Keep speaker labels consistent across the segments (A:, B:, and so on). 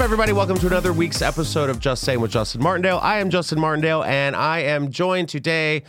A: everybody? Welcome to another week's episode of Just Saying with Justin Martindale. I am Justin Martindale, and I am joined today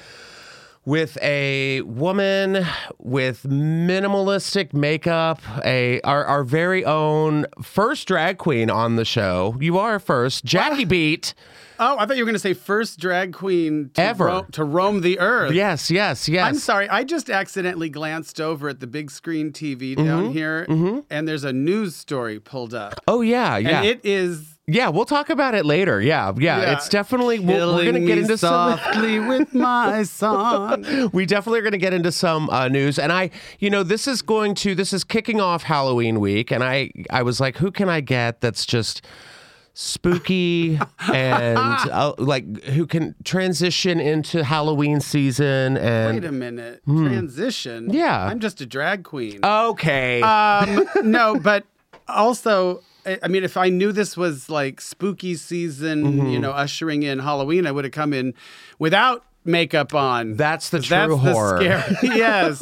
A: with a woman with minimalistic makeup, a our, our very own first drag queen on the show. You are first, Jackie Beat.
B: Oh, I thought you were going to say first drag queen to
A: Ever.
B: ro- to roam the earth.
A: Yes, yes, yes.
B: I'm sorry, I just accidentally glanced over at the big screen TV
A: Mm-hmm.
B: down here, and there's a news story pulled up.
A: Oh yeah, yeah,
B: And it is
A: yeah. We'll talk about it later. Yeah, yeah.
B: Yeah.
A: It's definitely we're, we're gonna
B: killing
A: get
B: me
A: into some.
B: softly with my song.
A: we definitely are going to get into some uh, news and i you know this is going to this is kicking off halloween week and i i was like who can i get that's just spooky and uh, like who can transition into halloween season
B: Wait
A: and
B: a minute, transition.
A: Hmm. Yeah.
B: I'm just a drag queen.
A: okay
B: Um, no, but also, I I mean, if I knew this was like spooky season, you
A: Mm-hmm.
B: know, ushering in Halloween, I would have come in without makeup on.
A: that's the
B: 'Cause
A: true horror
B: The scary. yes,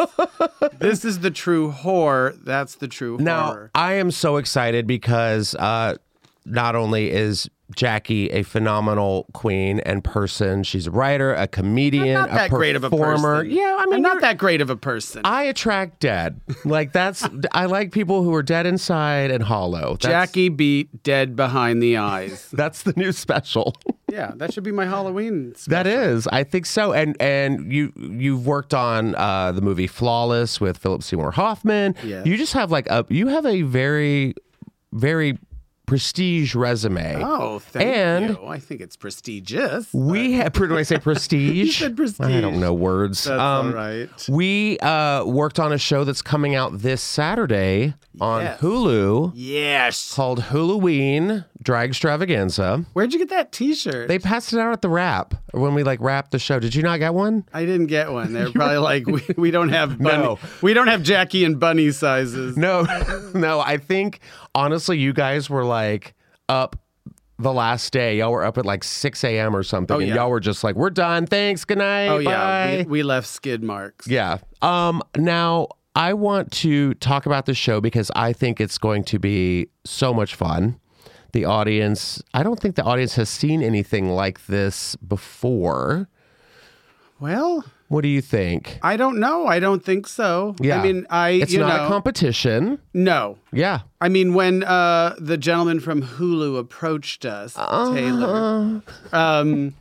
B: this is the true horror. That's the true
A: Now
B: horror.
A: I am so excited because uh, not only is Jackie a phenomenal queen and person, she's a writer, a comedian,
B: Not
A: a
B: that
A: performer.
B: great of a person.
A: Yeah, I
B: I'm
A: mean,
B: not
A: you're- Ah,
B: that great of a person.
A: I attract dead. Like that's I like people who are dead inside and hollow. That's,
B: Jackie beat dead behind the eyes.
A: that's the new special.
B: yeah, that should be my Halloween. sp-
A: That is, I think so. And and you you've worked on uh, the movie Flawless with Philip Seymour Hoffman.
B: Yes.
A: You just have like a you have a very very prestige resume.
B: Oh, thank
A: And-
B: you. I think it's prestigious.
A: We have, do I say prestige?
B: said prestige.
A: I don't know words. Uh,
B: That's all right.
A: We uh, worked on a show that's coming out this Saturday on
B: Yes.
A: Hulu
B: Yes.
A: called Halloween Drag Extravaganza.
B: Where'd you get that T-shirt?
A: They passed it out at the wrap when we like wrapped the show. Did you not get one?
B: I didn't get one. They're probably like, we, we don't have bunny,
A: No.
B: we don't have Jackie and Bunny sizes.
A: No, no. I think honestly, you guys were like up the last day. Y'all were up at like six a.m. or something, and
B: Oh, yeah.
A: y'all were just like, "We're done. Thanks. Good night.
B: Oh
A: bye.
B: yeah, we, we left skid marks.
A: Yeah. Um now I want to talk about the show because I think it's going to be so much fun. The audience, I don't think the audience has seen anything like this before.
B: Well,
A: What do you think?
B: I don't know. I don't think so.
A: Yeah.
B: I mean, I
A: It's
B: you
A: not
B: know
A: a competition.
B: no.
A: Yeah.
B: I mean, when uh, the gentleman from Hulu approached us,
A: Uh-huh.
B: Taylor, um,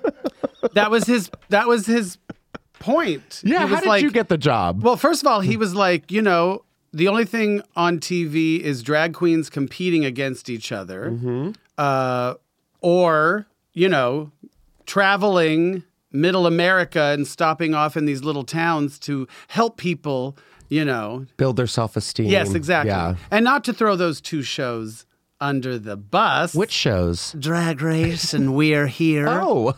B: that was his that was his point.
A: Yeah,
B: He was
A: how did
B: like,
A: you get the job?
B: Well, first of all, he was like, you know, the only thing on TV is drag queens competing against each other, uh, or you know, traveling middle America and stopping off in these little towns to help people. You know,
A: Build their self-esteem.
B: yes, exactly,
A: Mm, Yeah.
B: and not to throw those two shows under the bus.
A: Which shows?
B: Drag Race and We're Here.
A: Oh.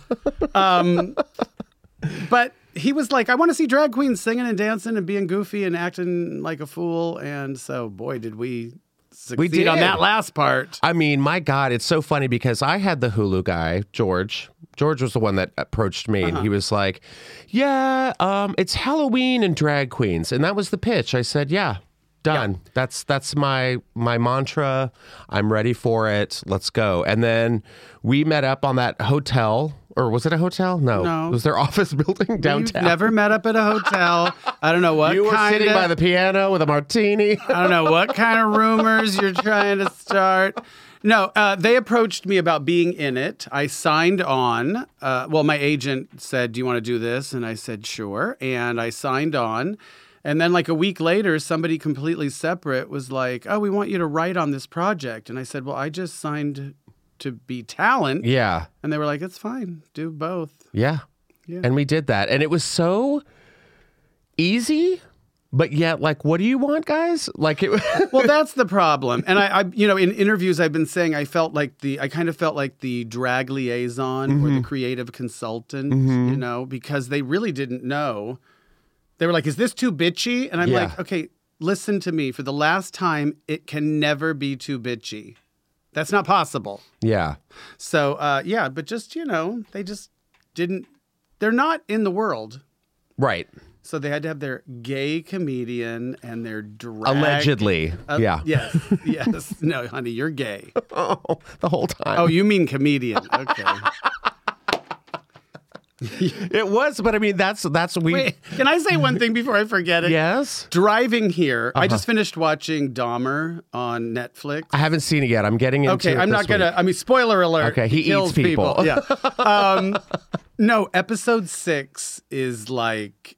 B: But he was like, I want to see drag queens singing and dancing and being goofy and acting like a fool. And so, boy, did we succeed
A: did.
B: on that last part.
A: I mean, my God, it's so funny because I had the Hulu guy, George. George was the one that approached me, and he
B: Uh-huh.
A: was like, "Yeah, um, it's Halloween and drag queens," and that was the pitch. I said, "Yeah, done. That's that's my my mantra. I'm ready for it. Let's go." And then we met up on that hotel, or was it a hotel? No,
B: No.
A: it was their office building
B: We've
A: downtown.
B: never met up at a hotel. I don't know what
A: you were
B: kind
A: sitting
B: of,
A: by the piano with a martini.
B: I don't know what kind of rumors you're trying to start. No, uh, they approached me about being in it. I signed on. Uh, well, my agent said, "Do you want to do this?" And I said, "Sure." And I signed on. And then, like a week later, somebody completely separate was like, "Oh, we want you to write on this project." And I said, "Well, I just signed to be talent."
A: yeah,
B: And they were like, "It's fine. Do both."
A: Yeah.
B: Yeah.
A: And we did that. And it was so easy, but yet, like, what do you want, guys? Like, it,
B: well, that's the problem. And I, I, you know, in interviews, I've been saying I felt like the, I kind of felt like the drag liaison or
A: Mm-hmm.
B: the creative consultant, you know, because they really didn't know. They were like, "Is this too bitchy?" And I'm
A: Yeah.
B: like, "Okay, listen to me. For the last time, it can never be too bitchy. That's not possible."
A: yeah.
B: So, uh, yeah, but just you know, they just didn't. They're not in the world.
A: Right.
B: So they had to have their gay comedian and their drag.
A: Allegedly.
B: Uh,
A: yeah.
B: Yes. Yes. no, honey, you're gay.
A: Oh, the whole time.
B: Oh, you mean comedian? Okay.
A: It was, but I mean, that's, that's, we,
B: Wait, can I say one thing before I forget it?
A: yes.
B: Driving here, I just finished watching Dahmer on Netflix.
A: Uh-huh. I haven't seen it yet. I'm getting into
B: Okay,
A: it
B: I'm
A: this
B: not gonna.
A: week.
B: I mean, spoiler alert.
A: Okay, he eats
B: kills
A: people.
B: Yeah. Um, no, episode six is like.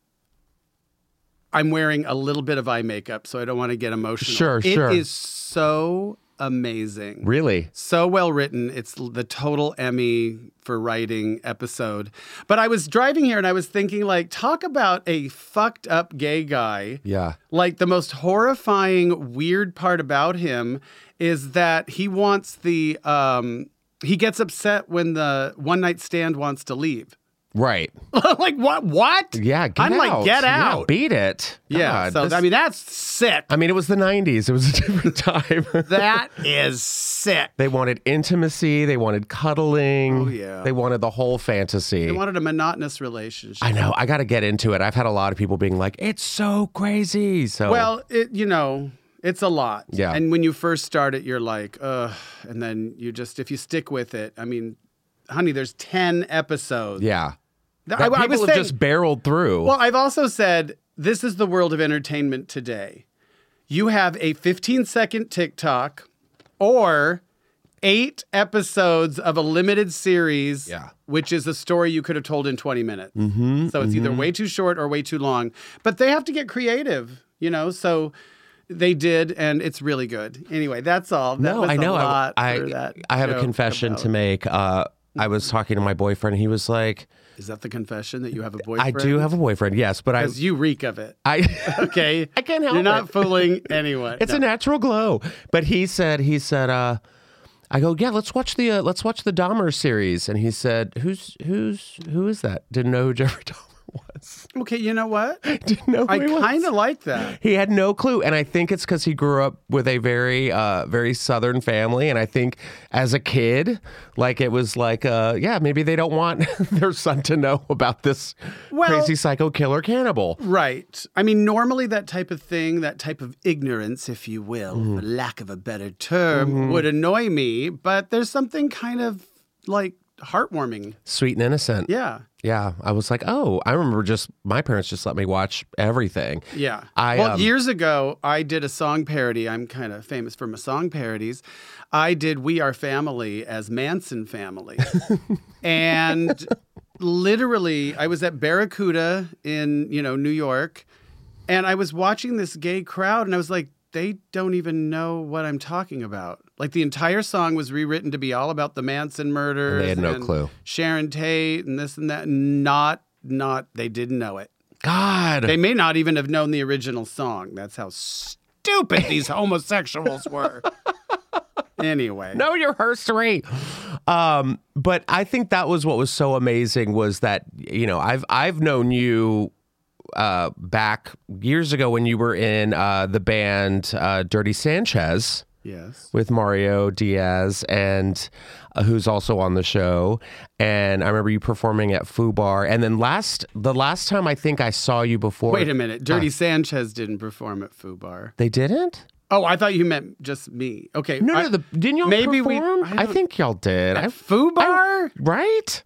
B: I'm wearing a little bit of eye makeup, so I don't want to get emotional.
A: Sure, sure.
B: It is so amazing
A: Really?
B: so well written. It's l- the total Emmy for writing episode. But I was driving here and I was thinking, like, talk about a fucked up gay guy.
A: Yeah.
B: Like, the most horrifying, weird part about him is that he wants the, um, he gets upset when the one night stand wants to leave.
A: Right.
B: like, what? What?
A: Yeah. Get
B: I'm like,
A: out.
B: get
A: Yeah,
B: out.
A: beat it.
B: Yeah.
A: Oh, God,
B: so,
A: this-
B: I mean, that's sick.
A: I mean, it was the 90s. It was a different time.
B: that is sick.
A: they wanted intimacy. They wanted cuddling. Oh,
B: yeah.
A: They wanted the whole fantasy.
B: They wanted a monotonous relationship.
A: I know. I got to get into it. I've had a lot of people being like, it's so crazy. So,
B: Well, it you know, it's a lot.
A: Yeah.
B: And when you first start it, you're like, ugh. And then you just, if you stick with it, I mean, honey, there's ten episodes.
A: yeah.
B: Th-
A: That
B: I, I
A: people
B: was
A: have
B: saying,
A: just barreled through.
B: well, I've also said this is the world of entertainment today. You have a 15 second TikTok or eight episodes of a limited series,
A: Yeah. Mm-hmm,
B: which is a story you could have told in 20 minutes. So it's either way too short or way too long. But they have to get creative, you know? So they did, and it's really good. Anyway, that's all. That
A: no,
B: was
A: I
B: a
A: know. I-
B: lot
A: I,
B: for that
A: I have a
B: joke
A: confession
B: about-
A: to make. Uh, I was talking to my boyfriend. He was like,
B: Is that the confession that you have a
A: I
B: boyfriend?
A: do have a boyfriend. Yes, but I,
B: Because you reek of it.
A: I,
B: Okay.
A: I can't help
B: You're not
A: it.
B: fooling anyone.
A: It's a natural glow. But he said, he said, uh, I go, yeah, let's watch the uh, let's watch the Dahmer series, and he said, who's who's who is that? Didn't know who Jeffrey Dahmer was.
B: Okay, you know what?
A: Didn't know. Who
B: I
A: he was.
B: kind of like that.
A: He had no clue, and I think it's because he grew up with a very, uh, very Southern family, and I think as a kid, like it was like, uh, yeah, maybe they don't want their son to know about this
B: Well-
A: crazy psycho killer cannibal.
B: Right. I mean, normally that type of thing, that type of ignorance, if you will, for lack of a better term, would annoy me, but there's something kind of like heartwarming.
A: Sweet and innocent.
B: Yeah.
A: Yeah, I was like, oh, I remember just my parents just let me watch everything.
B: Yeah.
A: I,
B: well,
A: um,
B: years ago, I did a song parody. I'm kind of famous for my song parodies. I did We Are Family as Manson Family. and literally, I was at Barracuda in, you know, New York, and I was watching this gay crowd, and I was like, they don't even know what I'm talking about. Like the entire song was rewritten to be all about the Manson murders.
A: had no clue.
B: Sharon Tate and this and that. Not, not, they didn't know it.
A: God,
B: They may not even have known the original song. That's how stupid these homosexuals were. anyway.
A: know your history. Um, but I think that was what was so amazing was that you know I've I've known you uh, back years ago when you were in uh, the band uh, Dirty Sanchez.
B: Yes.
A: with Mario Diaz and uh, who's also on the show. And I remember you performing at Foo Bar. And then last the last time I think I saw you before.
B: Wait a minute. Dirty Sanchez didn't perform at Foo Bar.
A: They didn't?
B: Oh, I thought you meant just me. Okay.
A: No,
B: I-
A: no. The, didn't y'all
B: maybe we-
A: perform?
B: I
A: I,
B: don't-
A: think y'all did. I,
B: Foo Bar?
A: right?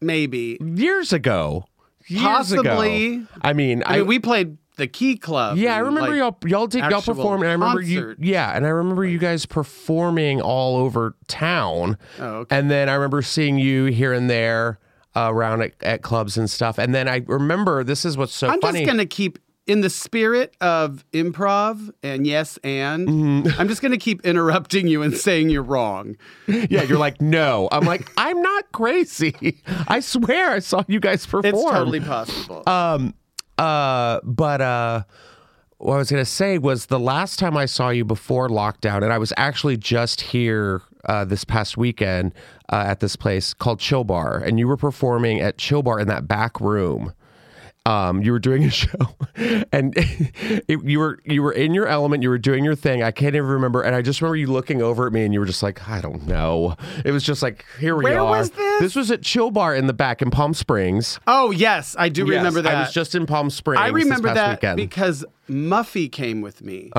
B: Maybe.
A: Years ago. Years
B: Possibly.
A: ago. I mean,
B: I
A: I.
B: mean, we played the Key Club.
A: yeah, I
B: and,
A: remember
B: like,
A: y'all y'all did y'all
B: actual
A: performed and I remember
B: concert.
A: you yeah, and I remember you guys performing all over town.
B: Oh, okay.
A: And then I remember seeing you here and there uh, around at, at clubs and stuff. And then I remember this is what's so
B: I'm
A: funny.
B: just going to keep in the spirit of improv and yes and
A: Mm-hmm.
B: I'm just going to keep interrupting you and saying you're wrong.
A: yeah, you're like, no. I'm like, I'm not crazy. I swear I saw you guys perform.
B: It's totally possible.
A: Um, uh, but uh, what I was gonna say was the last time I saw you before lockdown, and I was actually just here uh, this past weekend uh, at this place called Chill Bar, and you were performing at Chill Bar in that back room. um, you were doing a show, and it, you were you were in your element. You were doing your thing. I can't even remember. And I just remember you looking over at me, and you were just like, "I don't know." It was just like, "Here we
B: Where
A: are."
B: was this?
A: was at Chill Bar in the back in Palm Springs.
B: Oh yes, I do remember that.
A: I was just in Palm Springs.
B: I remember
A: this past weekend.
B: that because Muffy came with me.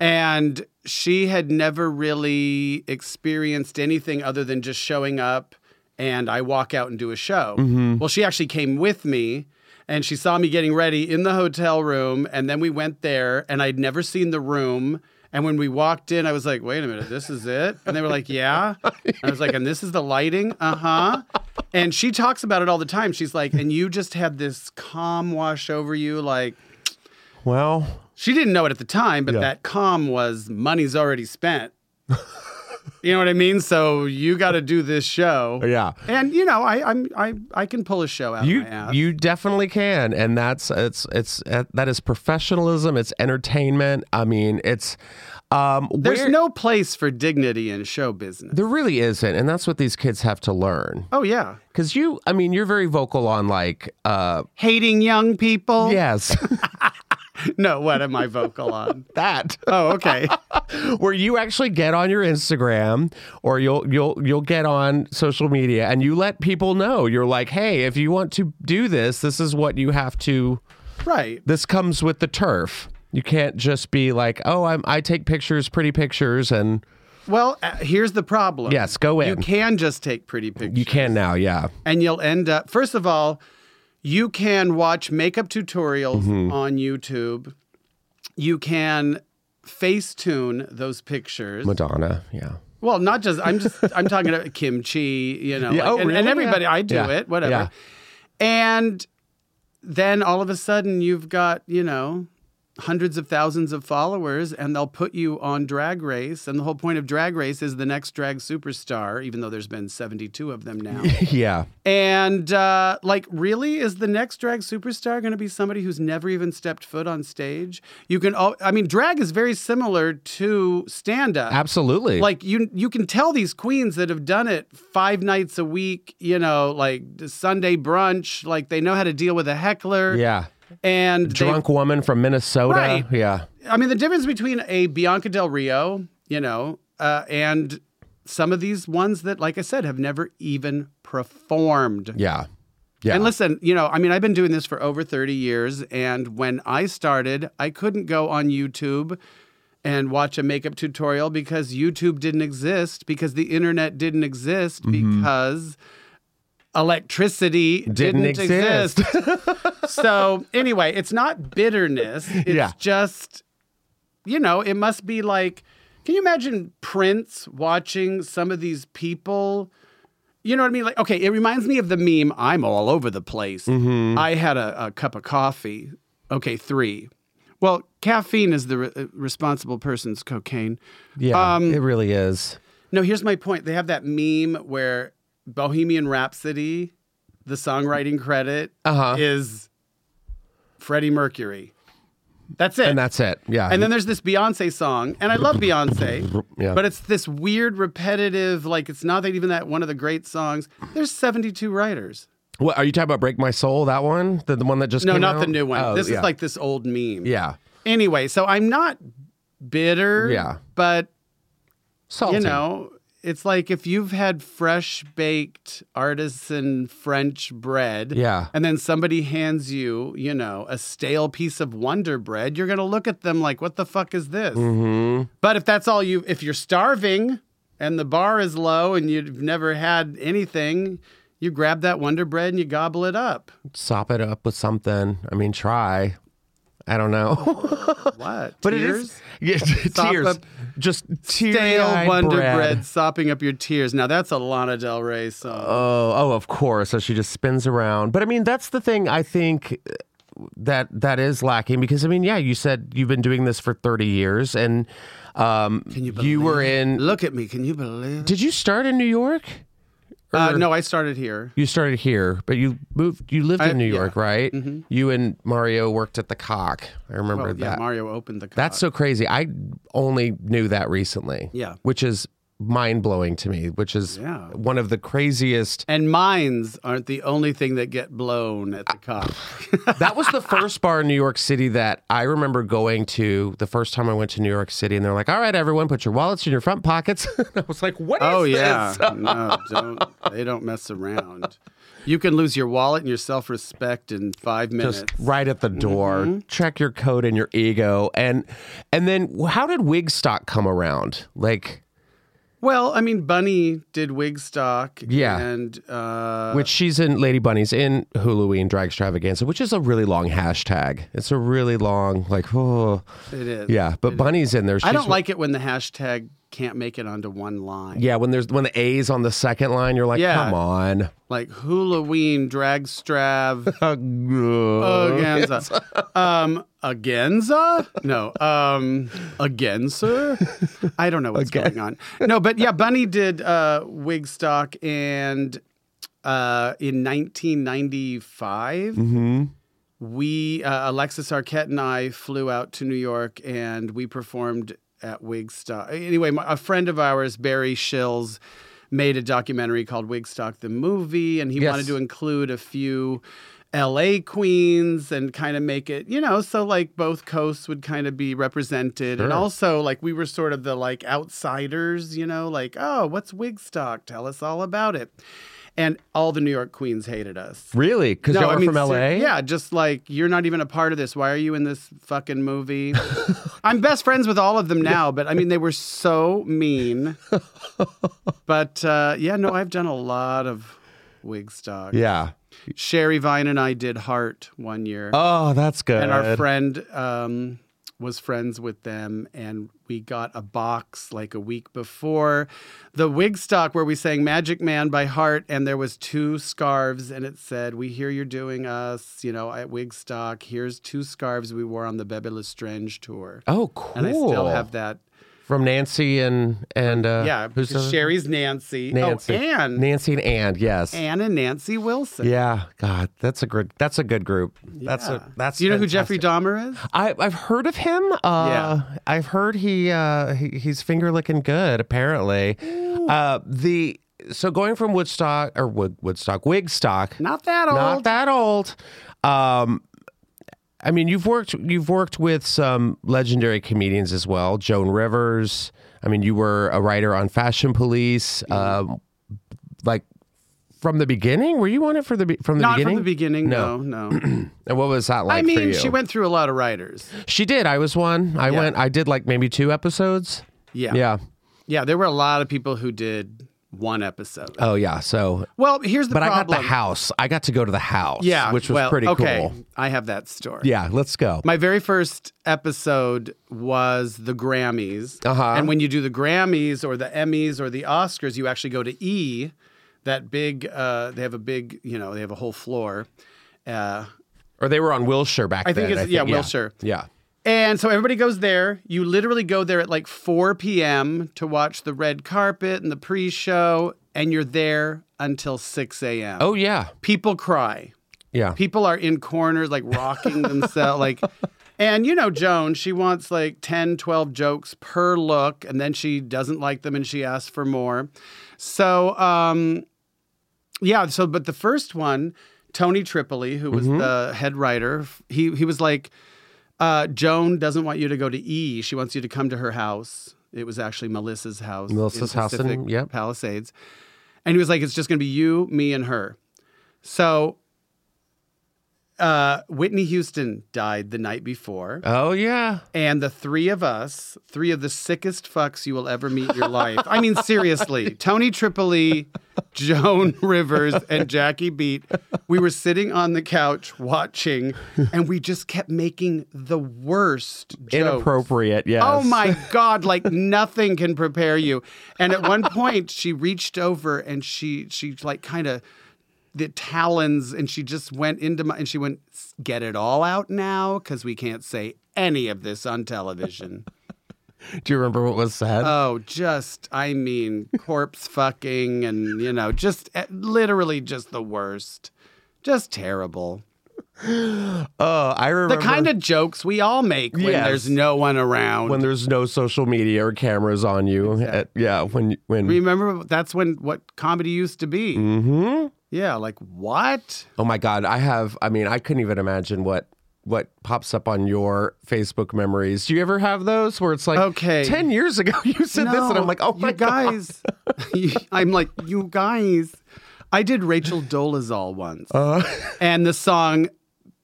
B: And she had never really experienced anything other than just showing up and I walk out and do a show. Well, she actually came with me and she saw me getting ready in the hotel room. And then we went there and I'd never seen the room. And when we walked in, I was like, wait a minute, this is it? And they were like, yeah. And I was like, and this is the lighting? Uh huh. And she talks about it all the time. She's like, and you just had this calm wash over you. Like,
A: well,
B: she didn't know it at the time, but
A: Yeah.
B: that calm was money's already spent. you know what I mean? So you got to do this show.
A: yeah.
B: And you know, I I'm, I I can pull a show out
A: You
B: my ass.
A: you definitely can, and that's it's it's uh, that is professionalism. It's entertainment. I mean, it's um.
B: There's
A: where-
B: no place for dignity in show business.
A: there really isn't, and that's what these kids have to learn.
B: Oh yeah,
A: Because you, I mean, you're very vocal on like, uh,
B: hating young people.
A: yes,
B: No, what am I vocal on?
A: that
B: Oh, okay.
A: where you actually get on your Instagram or you'll you'll you'll get on social media and you let people know you're like, hey, if you want to do this, this is what you have to.
B: right.
A: This comes with the turf. You can't just be like, oh, I'm I take pictures, pretty pictures, and
B: Well, uh, here's the problem.
A: yes, go
B: You
A: in.
B: can just take pretty pictures.
A: You can now, yeah.
B: and you'll end up first of all you can watch makeup tutorials
A: Mm-hmm.
B: on youtube you can facetune those pictures
A: Madonna, yeah.
B: well not just i'm just i'm talking about kimchi you know
A: Yeah,
B: like-
A: oh,
B: and, and
A: really?
B: everybody
A: Yeah.
B: i do
A: Yeah.
B: it whatever
A: Yeah.
B: and then all of a sudden you've got you know hundreds of thousands of followers and they'll put you on drag race and the whole point of drag race is the next drag superstar even though there's been 72 of them now
A: yeah.
B: and uh, like, really, is the next drag superstar going to be somebody who's never even stepped foot on stage? You can, all, I mean, drag is very similar to stand up.
A: Absolutely.
B: Like you, you can tell these queens that have done it five nights a week. You know, like Sunday brunch. Like they know how to deal with a heckler.
A: yeah.
B: and they-
A: Drunk woman from Minnesota.
B: Right.
A: Yeah.
B: I mean, the difference between a Bianca Del Rio, you know, uh, and some of these ones that, like I said, have never even performed.
A: Yeah. Yeah.
B: And listen, you know, I mean, I've been doing this for over 30 years. And when I started, I couldn't go on YouTube and watch a makeup tutorial because YouTube didn't exist, because the internet didn't exist, because electricity Mm-hmm. didn't,
A: Didn't
B: exist.
A: exist.
B: so, anyway, it's not bitterness. It's
A: Yeah.
B: just, you know, it must be like, can you imagine Prince watching some of these people? You know what I mean? Like, okay, it reminds me of the meme. I'm all over the place. I had a, a cup of coffee. Okay, three. Well, caffeine is the re- uh, responsible person's cocaine.
A: Yeah,
B: Um,
A: it really is.
B: No, here's my point. They have that meme where Bohemian Rhapsody, the songwriting credit,
A: Uh-huh.
B: is Freddie Mercury. That's it.
A: And that's it. Yeah.
B: And then there's this Beyonce song, and I love Beyonce,
A: Yeah.
B: but it's this weird, repetitive, like it's not even that one of the great songs. There's 72 writers.
A: what are you talking about? Break my soul? That one? The, the one that just
B: No,
A: came
B: not
A: out?
B: the new one.
A: Oh,
B: this
A: yeah.
B: is like this old meme.
A: yeah,
B: Anyway, so I'm not bitter.
A: Yeah.
B: But
A: salty.
B: you know, it's like if you've had fresh baked artisan French bread.
A: Yeah.
B: And then somebody hands you, you know, a stale piece of Wonder Bread, you're gonna look at them like, what the fuck is this?
A: Mm-hmm.
B: But if that's all you, if you're starving and the bar is low and you've never had anything, you grab that Wonder Bread and you gobble it up.
A: sop it up with something. I mean, try. I don't know,
B: What?
A: but
B: Tears?
A: it is yeah,
B: Sop
A: tears.
B: up
A: Just
B: Stale
A: teary-eyed
B: Wonder bread.
A: bread.
B: sopping up your tears. Now that's a Lana Del Rey song.
A: Oh, oh, of course. So she just spins around. But I mean, that's the thing. I think uh, that that is lacking because I mean, yeah, you said you've been doing this for thirty years, and um,
B: you
A: were in.
B: Look at me. Can you believe?
A: Did you start in New York?
B: Uh,
A: Or-
B: no, I started here.
A: You started here, but you moved. You lived
B: I-
A: in New
B: yeah. Mm-hmm.
A: York, right? You and Mario worked at the Cock. I remember
B: Well,
A: that.
B: yeah, Mario opened the.
A: That's so crazy. I only knew that recently.
B: Yeah.
A: which is mind blowing to me, which is
B: Yeah.
A: one of the craziest.
B: And mines aren't the only thing that get blown at the cop.
A: That was the first bar in New York City that I remember going to the first time I went to New York City, and they're like, "All right, everyone, put your wallets in your front pockets." and I was like, "What is
B: oh yeah,
A: this?"
B: no, don't. They don't mess around. You can lose your wallet and your self-respect in five minutes.
A: Just right at the door,
B: Mm-hmm.
A: check your code and your ego, and and then how did Wigstock come around? Like,
B: Well, I mean, Bunny did Wigstock.
A: Yeah.
B: and uh,
A: which she's in Lady Bunny's in Halloween Drag Extravaganza, which is a really long hashtag. It's a really long, like, oh,
B: it is.
A: yeah. But Bunny's in there. She's
B: I don't like it when the hashtag can't make it onto one line.
A: Yeah, when there's when the A's on the second line, you're like,
B: Yeah.
A: come on.
B: Like Halloween, drag strav,
A: Uh,
B: Aganza. um, Aganza? No. Um, Aganser? I don't know what's going on. No, but yeah, Bunny did uh, Wigstock and uh, in 1995.
A: Mm-hmm.
B: We, uh, Alexis Arquette and I flew out to New York and we performed at Wigstock. Anyway, my, a friend of ours, Barry Shills, made a documentary called Wigstock the Movie, and he
A: Yes.
B: wanted to include a few LA queens and kind of make it, you know, so like both coasts would kind of be represented. And
A: Sure.
B: also, like, we were sort of the like outsiders, you know, like, oh, what's Wigstock? Tell us all about it. And all the New York queens hated us.
A: really? Because y'all are from LA?
B: ser- yeah, just like you're not even a part of this. Why are you in this fucking movie? I'm best friends with all of them now, but I mean, they were so mean. but uh, yeah, no, I've done a lot of Wigstock.
A: Yeah.
B: Sherry Vine and I did Heart one year,
A: Oh, that's good.
B: and our friend um, was friends with them, and we got a box like a week before the Wigstock where we sang Magic Man by Heart, and there was two scarves, and it said, "We hear you're doing us, you know, at Wigstock. Here's two scarves we wore on the Bebe Lestrange tour,
A: oh, cool.
B: and I still have that.
A: From Nancy and and uh,
B: Yeah,
A: who's the-
B: Sherry's Nancy.
A: Nancy?
B: Oh, Anne,
A: Nancy and and yes.
B: Anne and Nancy Wilson.
A: Yeah, God, that's a good that's a good group. That's
B: Yeah.
A: a that's
B: Do you know who
A: fantastic.
B: Jeffrey Dahmer is?
A: I, I've heard of him. Uh,
B: Yeah.
A: I've heard he, uh, he he's finger licking good. Apparently, uh, the so going from Woodstock or Wood, Woodstock Wigstock,
B: Not that old.
A: not that old. Um, I mean, you've worked you've worked with some legendary comedians as well, Joan Rivers. I mean, you were a writer on Fashion Police.
B: Mm-hmm.
A: Um, like from the beginning, were you on it for the be- from the
B: Not
A: beginning?
B: from the beginning.
A: No.
B: No, no.
A: and what was that like?
B: I
A: for
B: mean,
A: you?
B: she went through a lot of writers.
A: She did. I was one. I
B: Yeah.
A: went. I did like maybe two episodes.
B: Yeah.
A: Yeah.
B: Yeah, There were a lot of people who did one episode.
A: Oh yeah. So,
B: well, here's the
A: but I got
B: problem.
A: the house. I got to go to the house.
B: Yeah.
A: which was
B: well,
A: pretty
B: okay,
A: cool.
B: I have that story.
A: Yeah. Let's go.
B: My very first episode was the Grammys.
A: Uh-huh.
B: And when you do the Grammys or the Emmys or the Oscars, you actually go to E, that big, uh, they have a big, you know, they have a whole floor. Uh,
A: or they were on Wilshire back
B: I
A: then.
B: think it's, yeah, Wilshire.
A: Yeah.
B: And so everybody goes there. You literally go there at like 4 p.m. to watch the red carpet and the pre show, and you're there until 6 a.m.
A: Oh yeah.
B: People cry.
A: Yeah.
B: People are in corners, like rocking themselves. like, and you know, Joan, she wants like 10, 12 jokes per look, and then she doesn't like them and she asks for more. So, um, yeah. So, but the first one, Tony Tripoli, who was
A: Mm-hmm.
B: the head writer, he he was like, uh, Joan doesn't want you to go to E. She wants you to come to her house. It was actually Melissa's house.
A: Melissa's house in-
B: Pacific
A: yep.
B: Palisades. And he was like, it's just going to be you, me, and her. So uh, Whitney Houston died the night before.
A: Oh yeah.
B: And the three of us, three of the sickest fucks you will ever meet in your life. I mean, seriously, Tony Tripoli, Joan Rivers, and Jackie Beat, we were sitting on the couch watching, and we just kept making the worst jokes.
A: Inappropriate. Yes.
B: Oh my God! Like nothing can prepare you. And at one point, she reached over and she she like kind of the talons, and she just went into my and she went, "Get it all out now, because we can't say any of this on television."
A: Do you remember what was said?
B: oh, just I mean, corpse fucking, and you know, just eh, literally just the worst, just terrible.
A: Oh, I remember
B: The kind of jokes we all make when
A: Yes.
B: there's no one around.
A: when there's no social media or cameras on you. At- yeah, when when
B: Remember, that's when what comedy used to be. Mm-hmm. Yeah, like what?
A: Oh my God, I have. I mean, I couldn't even imagine what what pops up on your Facebook memories. Do you ever have those where it's like,
B: Okay.
A: ten years ago you said this, and I'm like, oh
B: you
A: my God.
B: guys. I'm like, you guys. I did Rachel Dolezal once, and the song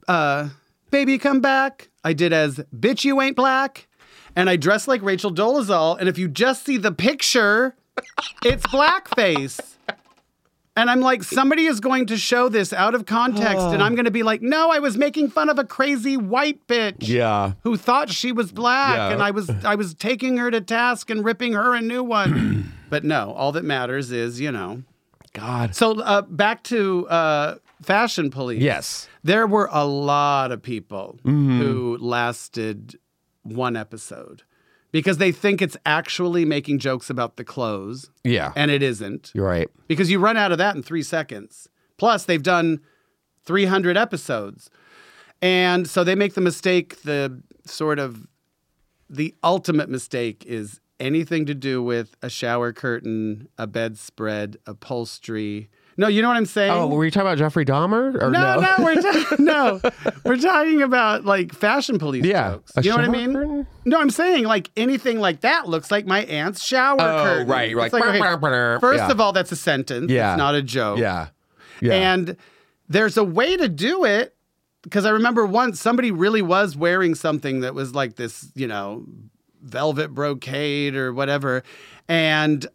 B: uh, "Baby Come Back." I did as "Bitch You Ain't Black," and I dressed like Rachel Dolezal. And if you just see the picture, it's blackface. And I'm like, somebody is going to show this out of context,
A: Oh.
B: and I'm going to be like, no, I was making fun of a crazy white bitch
A: Yeah.
B: who thought she was black
A: Yeah.
B: and I was I was taking her to task and ripping her a new one. but no, all that matters is, you know.
A: God.
B: So uh, back to uh, fashion police.
A: Yes.
B: There were a lot of people who lasted one episode because they think it's actually making jokes about the clothes
A: Yeah.
B: and it isn't
A: You're right.
B: because you run out of that in three seconds. Plus, they've done 300 episodes. And so they make the mistake, the sort of the ultimate mistake is anything to do with a shower curtain, a bedspread, upholstery. No, you know what I'm saying?
A: Oh, were you talking about Jeffrey Dahmer? Or no,
B: no, no, we're ta- no, we're talking about like fashion police
A: Yeah,
B: jokes.
A: a
B: You know what I
A: shower
B: mean?
A: curtain?
B: No, I'm saying like anything like that looks like my aunt's shower
A: Oh,
B: curtain.
A: right, you're
B: It's
A: like,
B: okay,
A: "Brr, brr, brr."
B: first
A: Yeah.
B: of all, that's a sentence.
A: Yeah.
B: it's not a joke.
A: Yeah. Yeah.
B: And there's a way to do it because I remember once somebody really was wearing something that was like this, you know, velvet brocade or whatever, and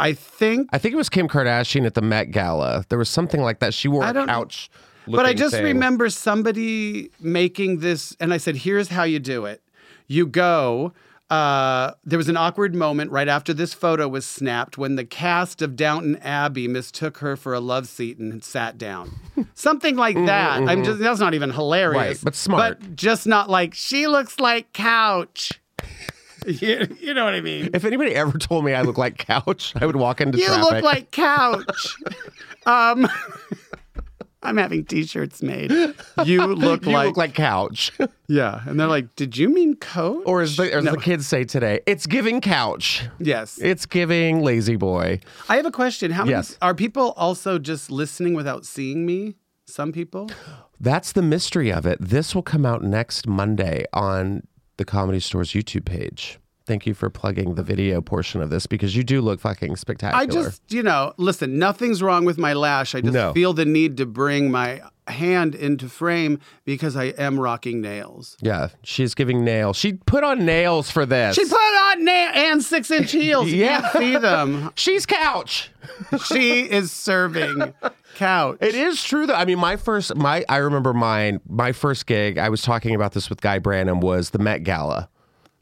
B: I think.
A: I think it was Kim Kardashian at the Met Gala. There was something like that. She wore
B: I
A: a
B: don't-
A: couch.
B: But I just remember somebody making this, and I said, "Here's how you do it. You go." Uh, there was an awkward moment right after this photo was snapped when the cast of Downton Abbey mistook her for a love seat and sat down. Something like that. I'm just that's not even hilarious,
A: Mm-hmm, Right, but smart.
B: But just not like she looks like couch. you, you know what I mean?
A: If anybody ever told me I look like couch, I would walk into
B: You
A: traffic.
B: look like couch. um, I'm having t-shirts made. You look
A: you
B: like
A: look like couch.
B: yeah, and they're like, "Did you mean coat?"
A: or as, the, as the kids say today, it's giving couch.
B: yes.
A: It's giving lazy boy.
B: I have a question. How many
A: Yes.
B: are people also just listening without seeing me? Some people.
A: That's the mystery of it. This will come out next Monday on the Comedy Store's YouTube page. Thank you for plugging the video portion of this because you do look fucking spectacular.
B: I just, you know, listen. Nothing's wrong with my lash. I just
A: No.
B: feel the need to bring my hand into frame because I am rocking nails.
A: yeah, she's giving nails. She put on nails for this.
B: She put on nail and six inch heels.
A: Yeah.
B: yeah, see them.
A: she's couch.
B: She is serving couch.
A: It is true though. I mean, my first, my I remember mine. My first gig, I was talking about this with Guy Branum, was the Met Gala.
B: Mm.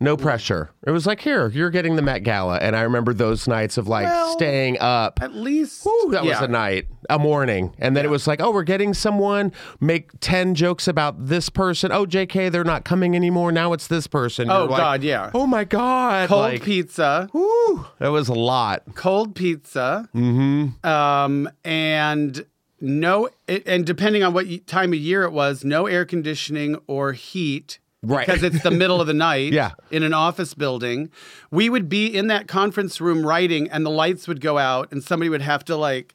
A: No pressure. It was like, here, you're getting the Met Gala, and I remember those nights of like
B: Well-
A: staying up.
B: At least
A: Woo, that
B: Yeah.
A: was a night, a morning, and then it was like, oh, we're getting someone make ten jokes about this person. Oh, J.K., they're not coming anymore. Now it's this person.
B: Oh,
A: You're like,
B: God, yeah.
A: Oh my God.
B: cold
A: like,
B: pizza.
A: woo, that was a lot.
B: cold pizza,
A: Mm-hmm.
B: um, and no, it, and depending on what y- time of year it was, no air conditioning or heat.
A: Right.
B: Because it's the middle of the night
A: Yeah.
B: in an office building. We would be in that conference room writing, and the lights would go out, and somebody would have to, like,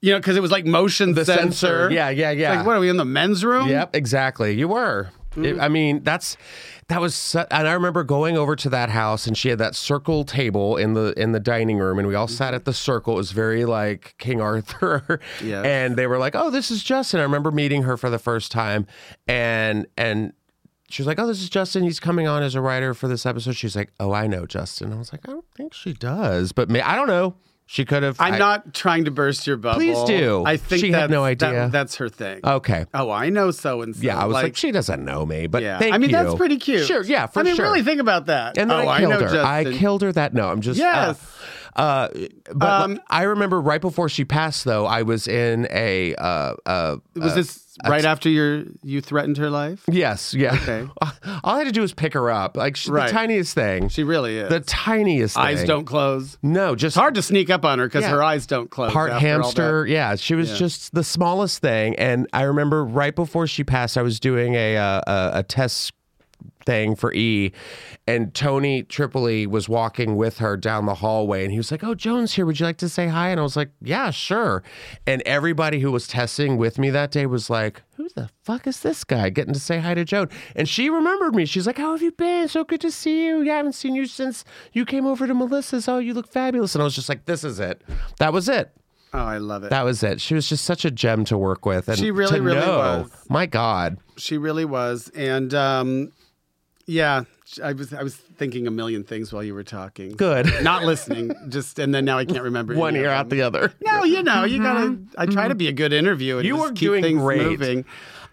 B: you know, because it was like motion
A: The sensor. Yeah, yeah,
B: It's
A: yeah.
B: like, what are we in the men's room?
A: Yep, exactly. You were. It-
B: Mm.
A: I mean, that's that was, su- and I remember going over to that house, and she had that circle table in the in the dining room, and we all sat at the circle. It was very like King Arthur,
B: Yes.
A: and they were like, "Oh, this is Justin." I remember meeting her for the first time, and and she was like, "Oh, this is Justin. He's coming on as a writer for this episode." She's like, "Oh, I know Justin." I was like, "I don't think she does, but may- I don't know. She could have."
B: I'm
A: I-
B: not trying to burst your bubble.
A: Please do.
B: I think
A: She had
B: that's,
A: no
B: that-
A: idea.
B: that's her thing.
A: Okay.
B: oh, I know so and so.
A: Yeah, I was like, she doesn't know me, but
B: Yeah,
A: thank
B: I mean
A: you.
B: that's pretty cute.
A: Sure, yeah, for
B: I mean,
A: sure.
B: really think about that.
A: And then
B: oh,
A: I killed
B: know
A: her. I
B: Justin.
A: killed her that. No, I'm just. uh,
B: Yes. Um,
A: Uh, but like, I remember right before she passed, though, I was in a uh, uh,
B: Was this right after your you threatened her life?
A: yes, yeah.
B: Okay.
A: All I had to do was pick her up, like she,
B: Right.
A: the tiniest thing,
B: She really is.
A: the tiniest.
B: eyes
A: thing.
B: don't close.
A: No, just
B: Hard to sneak up on her because
A: Yeah.
B: her eyes don't close.
A: part
B: after all that.
A: hamster. Yeah, she was just the smallest thing. And I remember right before she passed, I was doing a uh, a, a test thing for E, and Tony Tripoli was walking with her down the hallway, and he was like, "Oh, Jones here. Would you like to say hi?" And I was like, "Yeah, sure." And everybody who was testing with me that day was like. Who the fuck is this guy getting to say hi to Joan? And she remembered me. She's like, How have you been? So good to see you. Yeah, I haven't seen you since you came over to Melissa's. Oh, you look fabulous. And I was just like, This is it. That was it.
B: Oh, I love it.
A: That was it. She was just such a gem to work with, and
B: She really,
A: to
B: really
A: know.
B: was.
A: My God,
B: She really was, and um, yeah, I was I was thinking a million things while you were talking.
A: good.
B: Not listening, just and then now I can't remember.
A: One
B: any
A: ear
B: of
A: out
B: them.
A: the other.
B: No, you know, you gotta. I try to be a good interview. And
A: You
B: just
A: are
B: keep
A: doing
B: things
A: great.
B: Moving.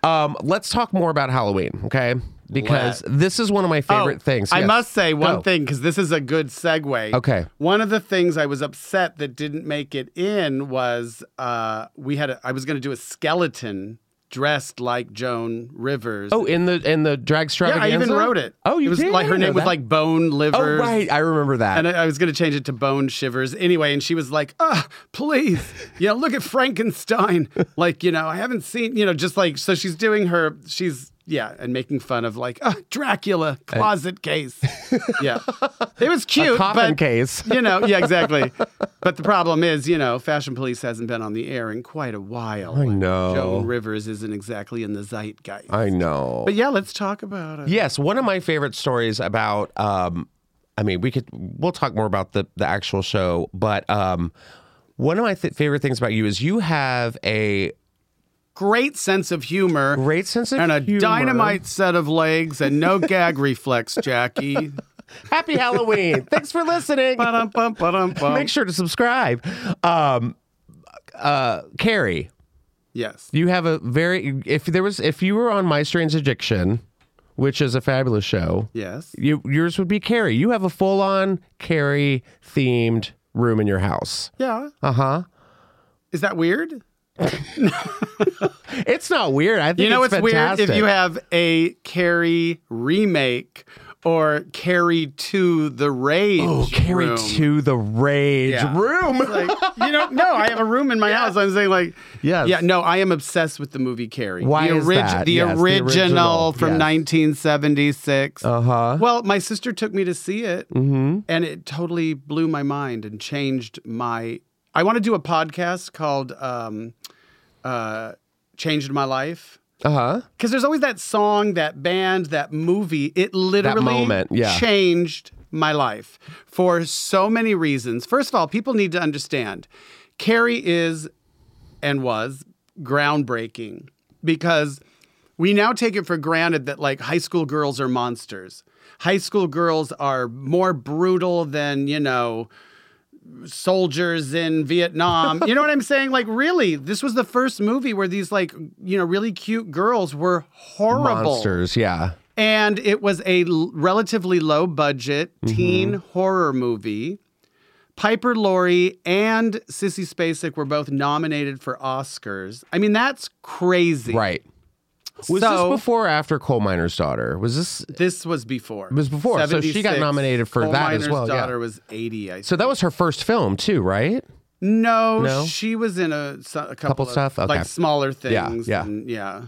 A: Um, let's talk more about Halloween, okay? Because this is one of my favorite
B: Oh,
A: things.
B: I
A: Yes.
B: must say one
A: Go.
B: thing because this is a good segue.
A: Okay.
B: One of the things I was upset that didn't make it in was uh, we had a, I was going to do a skeleton dressed like Joan Rivers.
A: Oh, in the in the drag
B: yeah, I
A: extravaganza.
B: even wrote it.
A: Oh, you
B: it was
A: did?
B: like
A: I
B: her
A: didn't
B: name
A: know
B: was
A: that.
B: like Bone
A: Oh,
B: Livers.
A: right. I remember that.
B: And I I was going to change it to Bone Shivers anyway. And she was like, oh, please, you know, look at Frankenstein. Like, you know, I haven't seen, you know, just like, so she's doing her, she's, yeah, and making fun of like, oh, Dracula
A: Uh,
B: closet case. Yeah. It was cute.
A: Coffin
B: but,
A: case.
B: You know, yeah, exactly. But the problem is, you know, Fashion Police hasn't been on the air in quite a while. I
A: know.
B: Joan Rivers isn't exactly in the zeitgeist.
A: I know.
B: but yeah, let's talk about it.
A: Yes, one of my favorite stories about um I mean, we could we'll talk more about the the actual show, but um one of my th- favorite things about you is you have a
B: Great sense of humor.
A: great sense of
B: and a
A: humor.
B: dynamite set of legs and no gag reflex, Jackie.
A: Happy Halloween. Thanks for listening.
B: Ba-dum, bum, ba-dum, bum.
A: Make sure to subscribe. Um uh Carrie,
B: Yes.
A: you have a very if there was if you were on My Strange Addiction, which is a fabulous show,
B: Yes.
A: you, yours would be Carrie. You have a full-on Carrie themed room in your house.
B: Yeah.
A: Uh-huh.
B: Is that weird?
A: It's not weird. I think
B: You know, it's,
A: it's,
B: weird if
A: fantastic.
B: you have a Carrie remake or Carrie to the Rage.
A: oh, carry
B: room.
A: to the rage
B: Yeah.
A: room.
B: Like, you know, no, I have a room in my house. I'm saying, like,
A: Yes.
B: yeah, no, I am obsessed with the movie Carrie.
A: Why
B: the
A: is that?
B: The,
A: Yes, the
B: original
A: original.
B: from
A: Yes.
B: 1976.
A: uh huh.
B: Well, my sister took me to see it,
A: Mm-hmm.
B: and it totally blew my mind and changed my. I want to do a podcast called um, uh, "Changed My Life"
A: Uh huh.
B: because there's always that song, that band, that movie. It literally
A: moment, yeah.
B: changed my life for so many reasons. First of all, people need to understand Carrie is and was groundbreaking because we now take it for granted that like high school girls are monsters. High school girls are more brutal than, you know, soldiers in Vietnam. you know what I'm saying? Like really, this was the first movie where these like, you know, really cute girls were horrible.
A: Monsters. Yeah.
B: And it was a l- relatively low budget
A: Mm-hmm.
B: teen horror movie. Piper Laurie and Sissy Spacek were both nominated for Oscars. I mean, that's crazy.
A: Right. Was
B: So-
A: this before or after Coal Miner's Daughter? Was this?
B: This was before. It
A: was before, so she got nominated for that as well, yeah.
B: daughter was 80, I think.
A: So that was her first film too, right?
B: No,
A: No?
B: she was in a, so- a couple,
A: Couple
B: of,
A: stuff? Okay.
B: like smaller
A: Yeah,
B: things.
A: yeah.
B: and- yeah.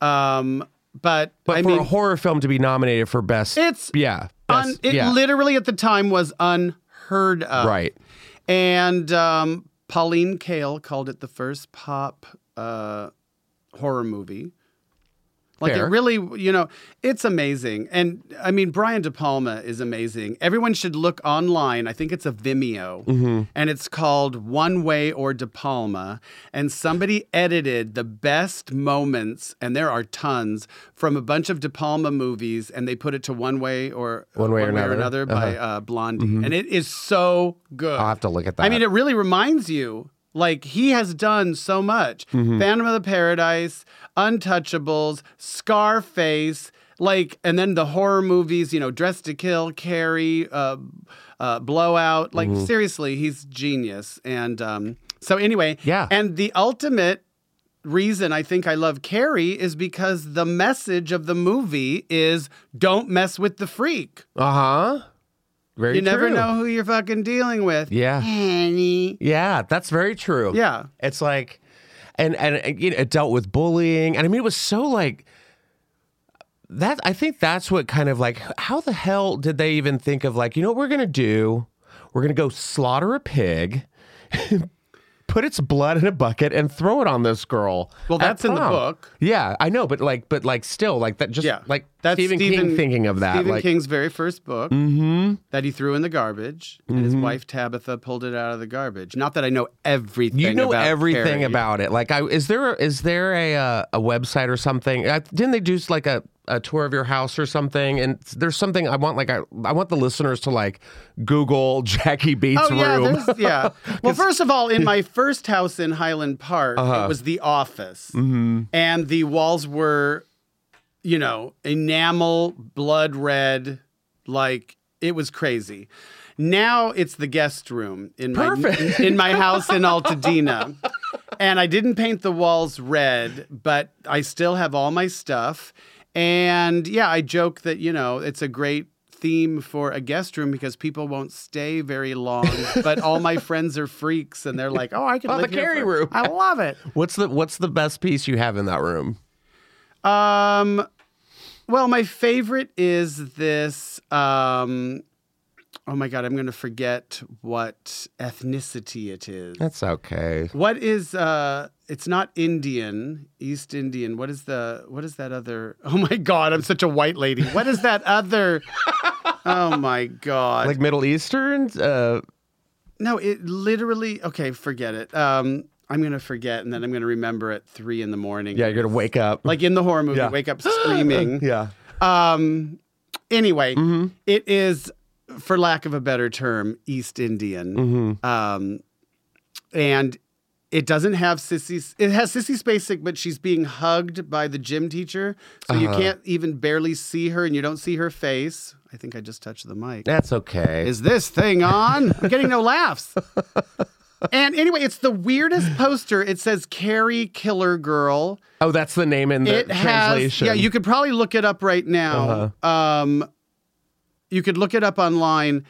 B: Um, but,
A: But
B: I
A: for
B: mean,
A: a horror film to be nominated for best,
B: it's
A: yeah,
B: un,
A: best,
B: it
A: yeah,
B: literally at the time was unheard of.
A: right.
B: And um, Pauline Kael called it the first pop uh, horror movie. Like
A: Fair.
B: it really, you know, it's amazing. And I mean, Brian De Palma is amazing. Everyone should look online. I think it's a Vimeo.
A: Mm-hmm.
B: And it's called One Way or De Palma. And somebody edited the best moments, and there are tons, from a bunch of De Palma movies, and they put it to One Way or
A: One Way or Another. Uh-huh. Mm-hmm.
B: by uh, Blondie. And it is so good.
A: I'll have to look at that.
B: I mean, it really reminds you Like he has done so much.
A: Mm-hmm.
B: Phantom of the Paradise, Untouchables, Scarface, like, and then the horror movies, you know, Dress to Kill, Carrie, uh, uh, Blowout. Like,
A: Mm-hmm.
B: seriously, he's genius. And um, so, anyway,
A: Yeah.
B: And the ultimate reason I think I love Carrie is because the message of the movie is don't mess with the freak.
A: Uh huh. Very
B: You never
A: true.
B: know who you're fucking dealing with.
A: Yeah. Oh.
B: Honey.
A: Yeah, that's very true.
B: Yeah.
A: It's like, and and and, you know, it dealt with bullying, and I mean, it was so like that. I think that's what kind of like, how the hell did they even think of like, you know what we're gonna do? We're gonna go slaughter a pig. Put its blood in a bucket and throw it on this girl.
B: Well,
A: at
B: that's in the
A: prom."
B: book.
A: Yeah, I know, but like, but like, still, like that, just
B: Yeah.
A: like Stephen, King thinking of that.
B: Stephen
A: like, Mm-hmm.
B: King's very first book that he threw in the garbage, and his wife Tabitha pulled it out of the garbage. Not that I know everything.
A: You know
B: about
A: everything
B: Carrie.
A: about it. Like, I is there is there a uh, a website or something? Uh didn't they do like a, a tour of your house or something? And there's something I want. Like, I I want the listeners to like Google Jackie Beats
B: Oh yeah,
A: room.
B: there's, yeah. Well, first of all, in my first house in Highland Park,
A: Uh-huh.
B: it was the office,
A: Mm-hmm.
B: and the walls were, you know, enamel, blood red, like it was crazy. Now it's the guest room in my
A: Perfect.
B: in my house in Altadena. And I didn't paint the walls red, but I still have all my stuff. And yeah, I joke that, you know, it's a great theme for a guest room because people won't stay very long, but all my friends are freaks and they're like, "Oh, I can
A: Oh, the
B: live here
A: carry
B: for-"
A: room.
B: I love it.
A: What's the What's the best piece you have in that room?
B: Um, well, my favorite is this. Um, oh my god, I'm going to forget what ethnicity it is.
A: That's okay.
B: What is uh it's not Indian, East Indian. What is the what is that other Oh my god, I'm such a white lady. What is that other Oh my god.
A: Like Middle Eastern. Uh,
B: no, it literally okay, forget it. Um I'm gonna forget and then I'm gonna remember at three in the morning.
A: yeah, you're gonna wake up.
B: Like in the horror movie,
A: Yeah.
B: wake up screaming.
A: yeah.
B: Um anyway, it is for lack of a better term, East Indian.
A: Mm-hmm.
B: Um, and it doesn't have Sissy. It has Sissy Spacek, but she's being hugged by the gym teacher, so you can't even barely see her, and you don't see her face. I think I just touched the mic.
A: That's okay.
B: Is this thing on? I'm getting no laughs. And anyway, it's the weirdest poster. It says Carrie Killer Girl.
A: oh, that's the name in the
B: it has.
A: translation. Uh-huh.
B: Yeah, you could probably look it up right now. Um, you could look it up online,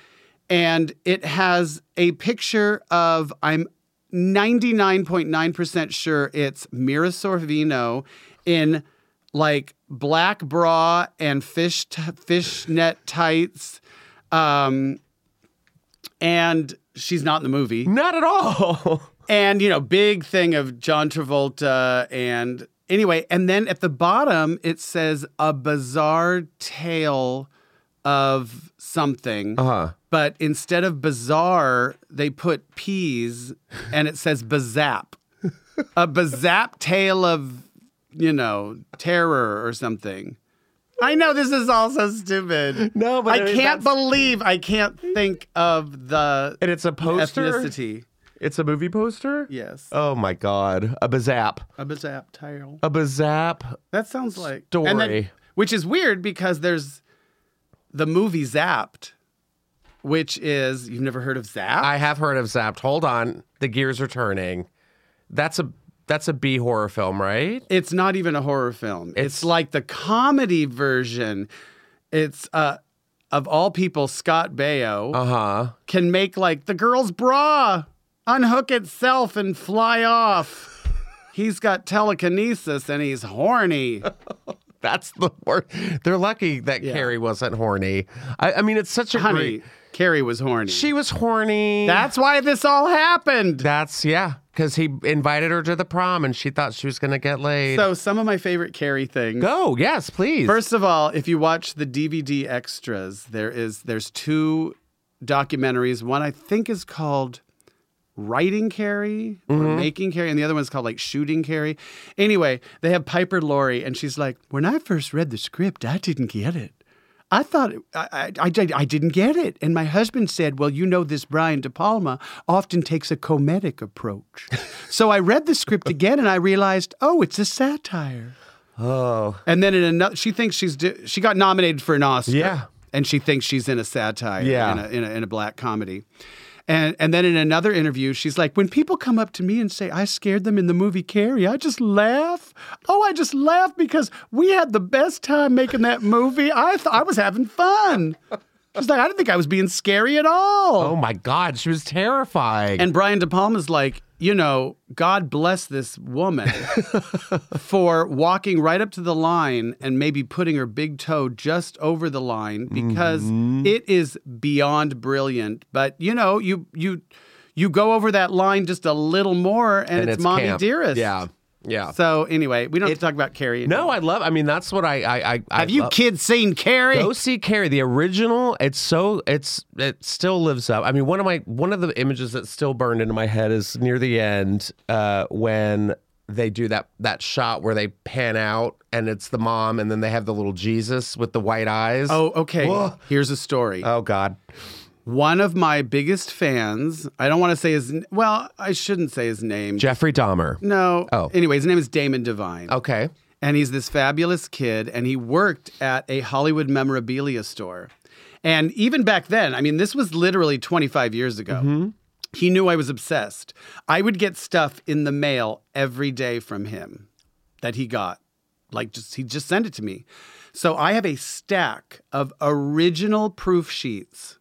B: and it has a picture of I'm 99.9% sure it's Mira Sorvino in like black bra and fish t- fishnet tights, um, and she's not in the movie
A: Not at all.
B: and you know big thing of john travolta and anyway and then at the bottom it says a bizarre tale of something
A: Uh huh.
B: but instead of bizarre they put peas and it says bazap a bazap tale of you know terror or something i know this is all so stupid
A: No, but
B: i
A: I mean,
B: can't
A: that's-
B: believe i can't think of the
A: And it's a poster.
B: ethnicity
A: It's a movie poster.
B: yes
A: Oh my God. A bazap.
B: A bizap tale.
A: A bazap.
B: That sounds like
A: Story.
B: and then- which is weird because there's the movie Zapped, which is you've never heard of Zapped.
A: I have heard of Zapped. Hold on. The gears are turning. That's a that's a B horror film, right?
B: it's not even a horror film. It's,
A: It's-
B: like the comedy version. It's uh, of all people, Scott Baio
A: Uh-huh.
B: can make like the girl's bra unhook itself and fly off. He's got telekinesis and he's horny.
A: That's the word. They're lucky that Carrie wasn't horny. I, I mean it's such a
B: Honey,
A: great
B: Carrie was horny.
A: She was horny.
B: That's why this all happened.
A: that's yeah. Cause he invited her to the prom and she thought she was gonna get laid.
B: So some of my favorite Carrie things.
A: Go, yes, please.
B: First of all, if you watch the DVD extras, there is there's two documentaries. One I think is called Writing Carrie or Making Carrie, and the other one's called like Shooting Carrie. Anyway, they have Piper Laurie, and she's like, "When I first read the script, I didn't get it. I thought I, I, I, did- I didn't get it. And my husband said, Well, you know, this Brian De Palma often takes a comedic approach. so I read the script again and I realized, Oh, it's a satire.
A: Oh,
B: And then in another, she thinks she's, do- she got nominated for an Oscar.
A: Yeah.
B: And she thinks she's in a satire,
A: Yeah.
B: in, a, in, a, in a black comedy. And, and then in another interview, she's like, when people come up to me and say, I scared them in the movie Carrie, I just laugh. Oh, I just laugh because we had the best time making that movie. I, th- I was having fun. She's like, I didn't think I was being scary at all.
A: oh my God, she was terrifying.
B: And Brian De Palma's like, you know, God bless this woman for walking right up to the line and maybe putting her big toe just over the line because
A: Mm-hmm.
B: it is beyond brilliant. But you know, you you you go over that line just a little more, and, it's, mommy
A: camp.
B: dearest.
A: Yeah, yeah.
B: So anyway, we don't have to talk about Carrie.
A: no, I love. I mean, that's what I. I, I I
B: have you
A: love-
B: kids seen Carrie?
A: Go see Carrie, the original. It's so it's it still lives up. I mean, one of my one of the images that still burned into my head is near the end uh, when they do that that shot where they pan out and it's the mom and then they have the little Jesus with the white eyes.
B: Oh, okay.
A: Whoa.
B: Here's a story.
A: oh God.
B: One of my biggest fans, I don't want to say his, n- well, I shouldn't say his name.
A: Jeffrey Dahmer.
B: No.
A: Oh.
B: Anyway, his name is Damon Devine.
A: Okay.
B: And he's this fabulous kid, and he worked at a Hollywood memorabilia store. And even back then, I mean, this was literally 25 years ago.
A: Mm-hmm.
B: He knew I was obsessed. I would get stuff in the mail every day from him that he got. Like just he just sent it to me. So I have a stack of original proof sheets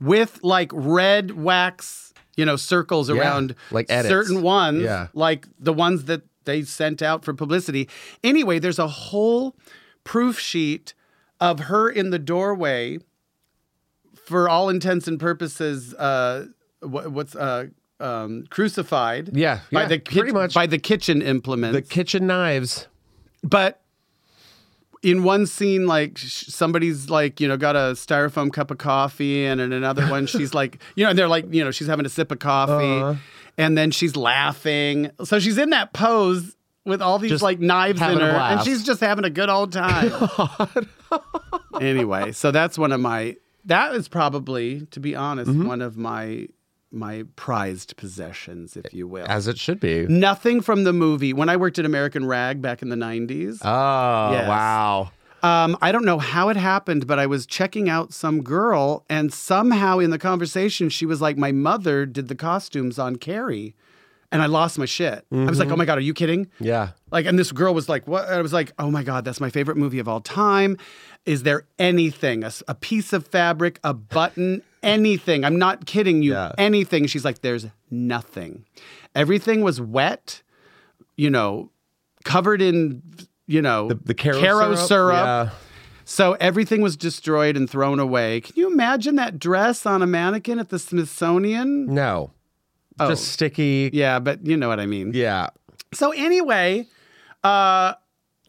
B: with like red wax, you know, circles around
A: like edits.
B: certain ones,
A: Yeah.
B: like the ones that they sent out for publicity. Anyway, there's a whole proof sheet of her in the doorway for all intents and purposes, uh, what, what's uh, um, crucified.
A: Yeah,
B: by
A: yeah,
B: the
A: pretty much.
B: by the kitchen implements.
A: The kitchen knives.
B: but in one scene, like sh- somebody's like you know got a styrofoam cup of coffee, and in another one she's like you know and they're like you know she's having a sip of coffee,
A: Uh-huh.
B: and then she's laughing. So she's in that pose. With all these
A: Just
B: like knives in
A: having a
B: her, and
A: blast.
B: she's just having a good old time. anyway, so that's one of my that is probably, to be honest,
A: Mm-hmm.
B: one of my my prized possessions, if you will.
A: As it should be.
B: Nothing from the movie. When I worked at American Rag back in the 90s,
A: Oh
B: Yes.
A: wow.
B: um, I don't know how it happened, but I was checking out some girl, and somehow in the conversation, she was like, My mother did the costumes on Carrie. And I lost my shit. I
A: Mm-hmm.
B: was like, Oh my God, are you kidding?
A: Yeah.
B: Like, and this girl was like, What? And I was like, Oh my God, that's my favorite movie of all time. Is there anything, a, s- a piece of fabric, a button, anything? I'm not kidding you,
A: Yeah.
B: anything. She's like, There's nothing. Everything was wet, you know, covered in, you know,
A: The caro,
B: Caro syrup.
A: Yeah.
B: So everything was destroyed and thrown away. Can you imagine that dress on a mannequin at the Smithsonian?
A: No. Just sticky.
B: Oh. Yeah, but you know what I mean.
A: yeah.
B: So anyway, uh,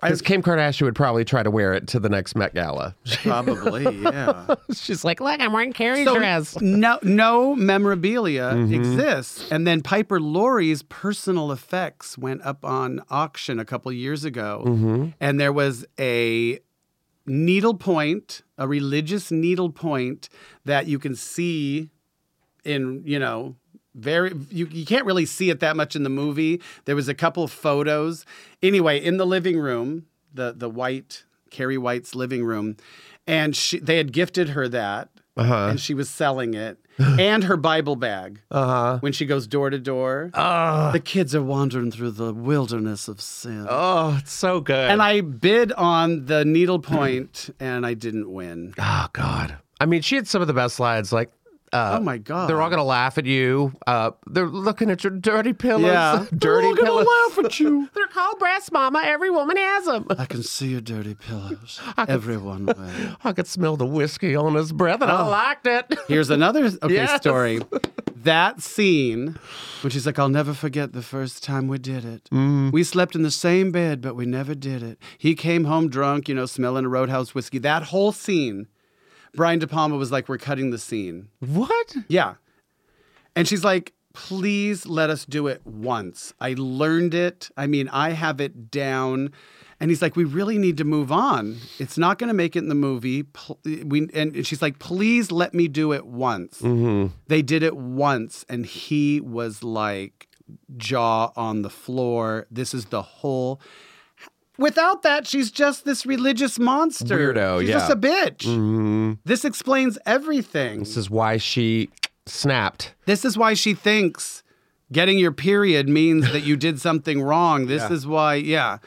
A: Because Kim Kardashian would probably try to wear it to the next Met Gala.
B: probably, yeah.
A: She's like, look, I'm wearing Carrie's dress.
B: no no memorabilia exists. And then Piper Laurie's personal effects went up on auction a couple years ago. And there was a needlepoint, a religious needlepoint that you can see in, you know, very you, you can't really see it that much in the movie. There was a couple photos. Anyway, in the living room, the the white Carrie White's living room, and she, they had gifted her that
A: Uh-huh.
B: and she was selling it and her Bible bag
A: Uh-huh.
B: when she goes door to door.
A: Uh,
B: The kids are wandering through the wilderness of sin.
A: oh, it's so good.
B: And I bid on the needlepoint and I didn't win.
A: oh, God. I mean, she had some of the best lines. Like, uh,
B: Oh my God.
A: they're all going to laugh at you. Uh, they're looking at your dirty pillows.
B: Yeah.
A: dirty
B: They're all gonna
A: pillows.
B: laugh at you.
A: they're called breasts, mama. Every woman has them.
B: I can see your dirty pillows. Everyone will.
A: I could smell the whiskey on his breath, and I liked it.
B: Here's another okay
A: Yes.
B: story. That scene, which is like, I'll never forget the first time we did it. We slept in the same bed, but we never did it. He came home drunk, you know, smelling a roadhouse whiskey. That whole scene, Brian De Palma was like, We're cutting the scene.
A: what?
B: Yeah. And she's like, please let us do it once. I learned it. I mean, I have it down. And he's like, "We really need to move on. It's not going to make it in the movie." Pl- We and she's like, "Please let me do it once."
A: Mm-hmm.
B: They did it once, and he was like, jaw on the floor. This is the whole. Without that, she's just this religious monster.
A: Weirdo,
B: She's
A: yeah. Mm-hmm.
B: just a bitch. This explains everything.
A: This is why she snapped.
B: This is why she thinks getting your period means that you did something wrong. This is why, yeah.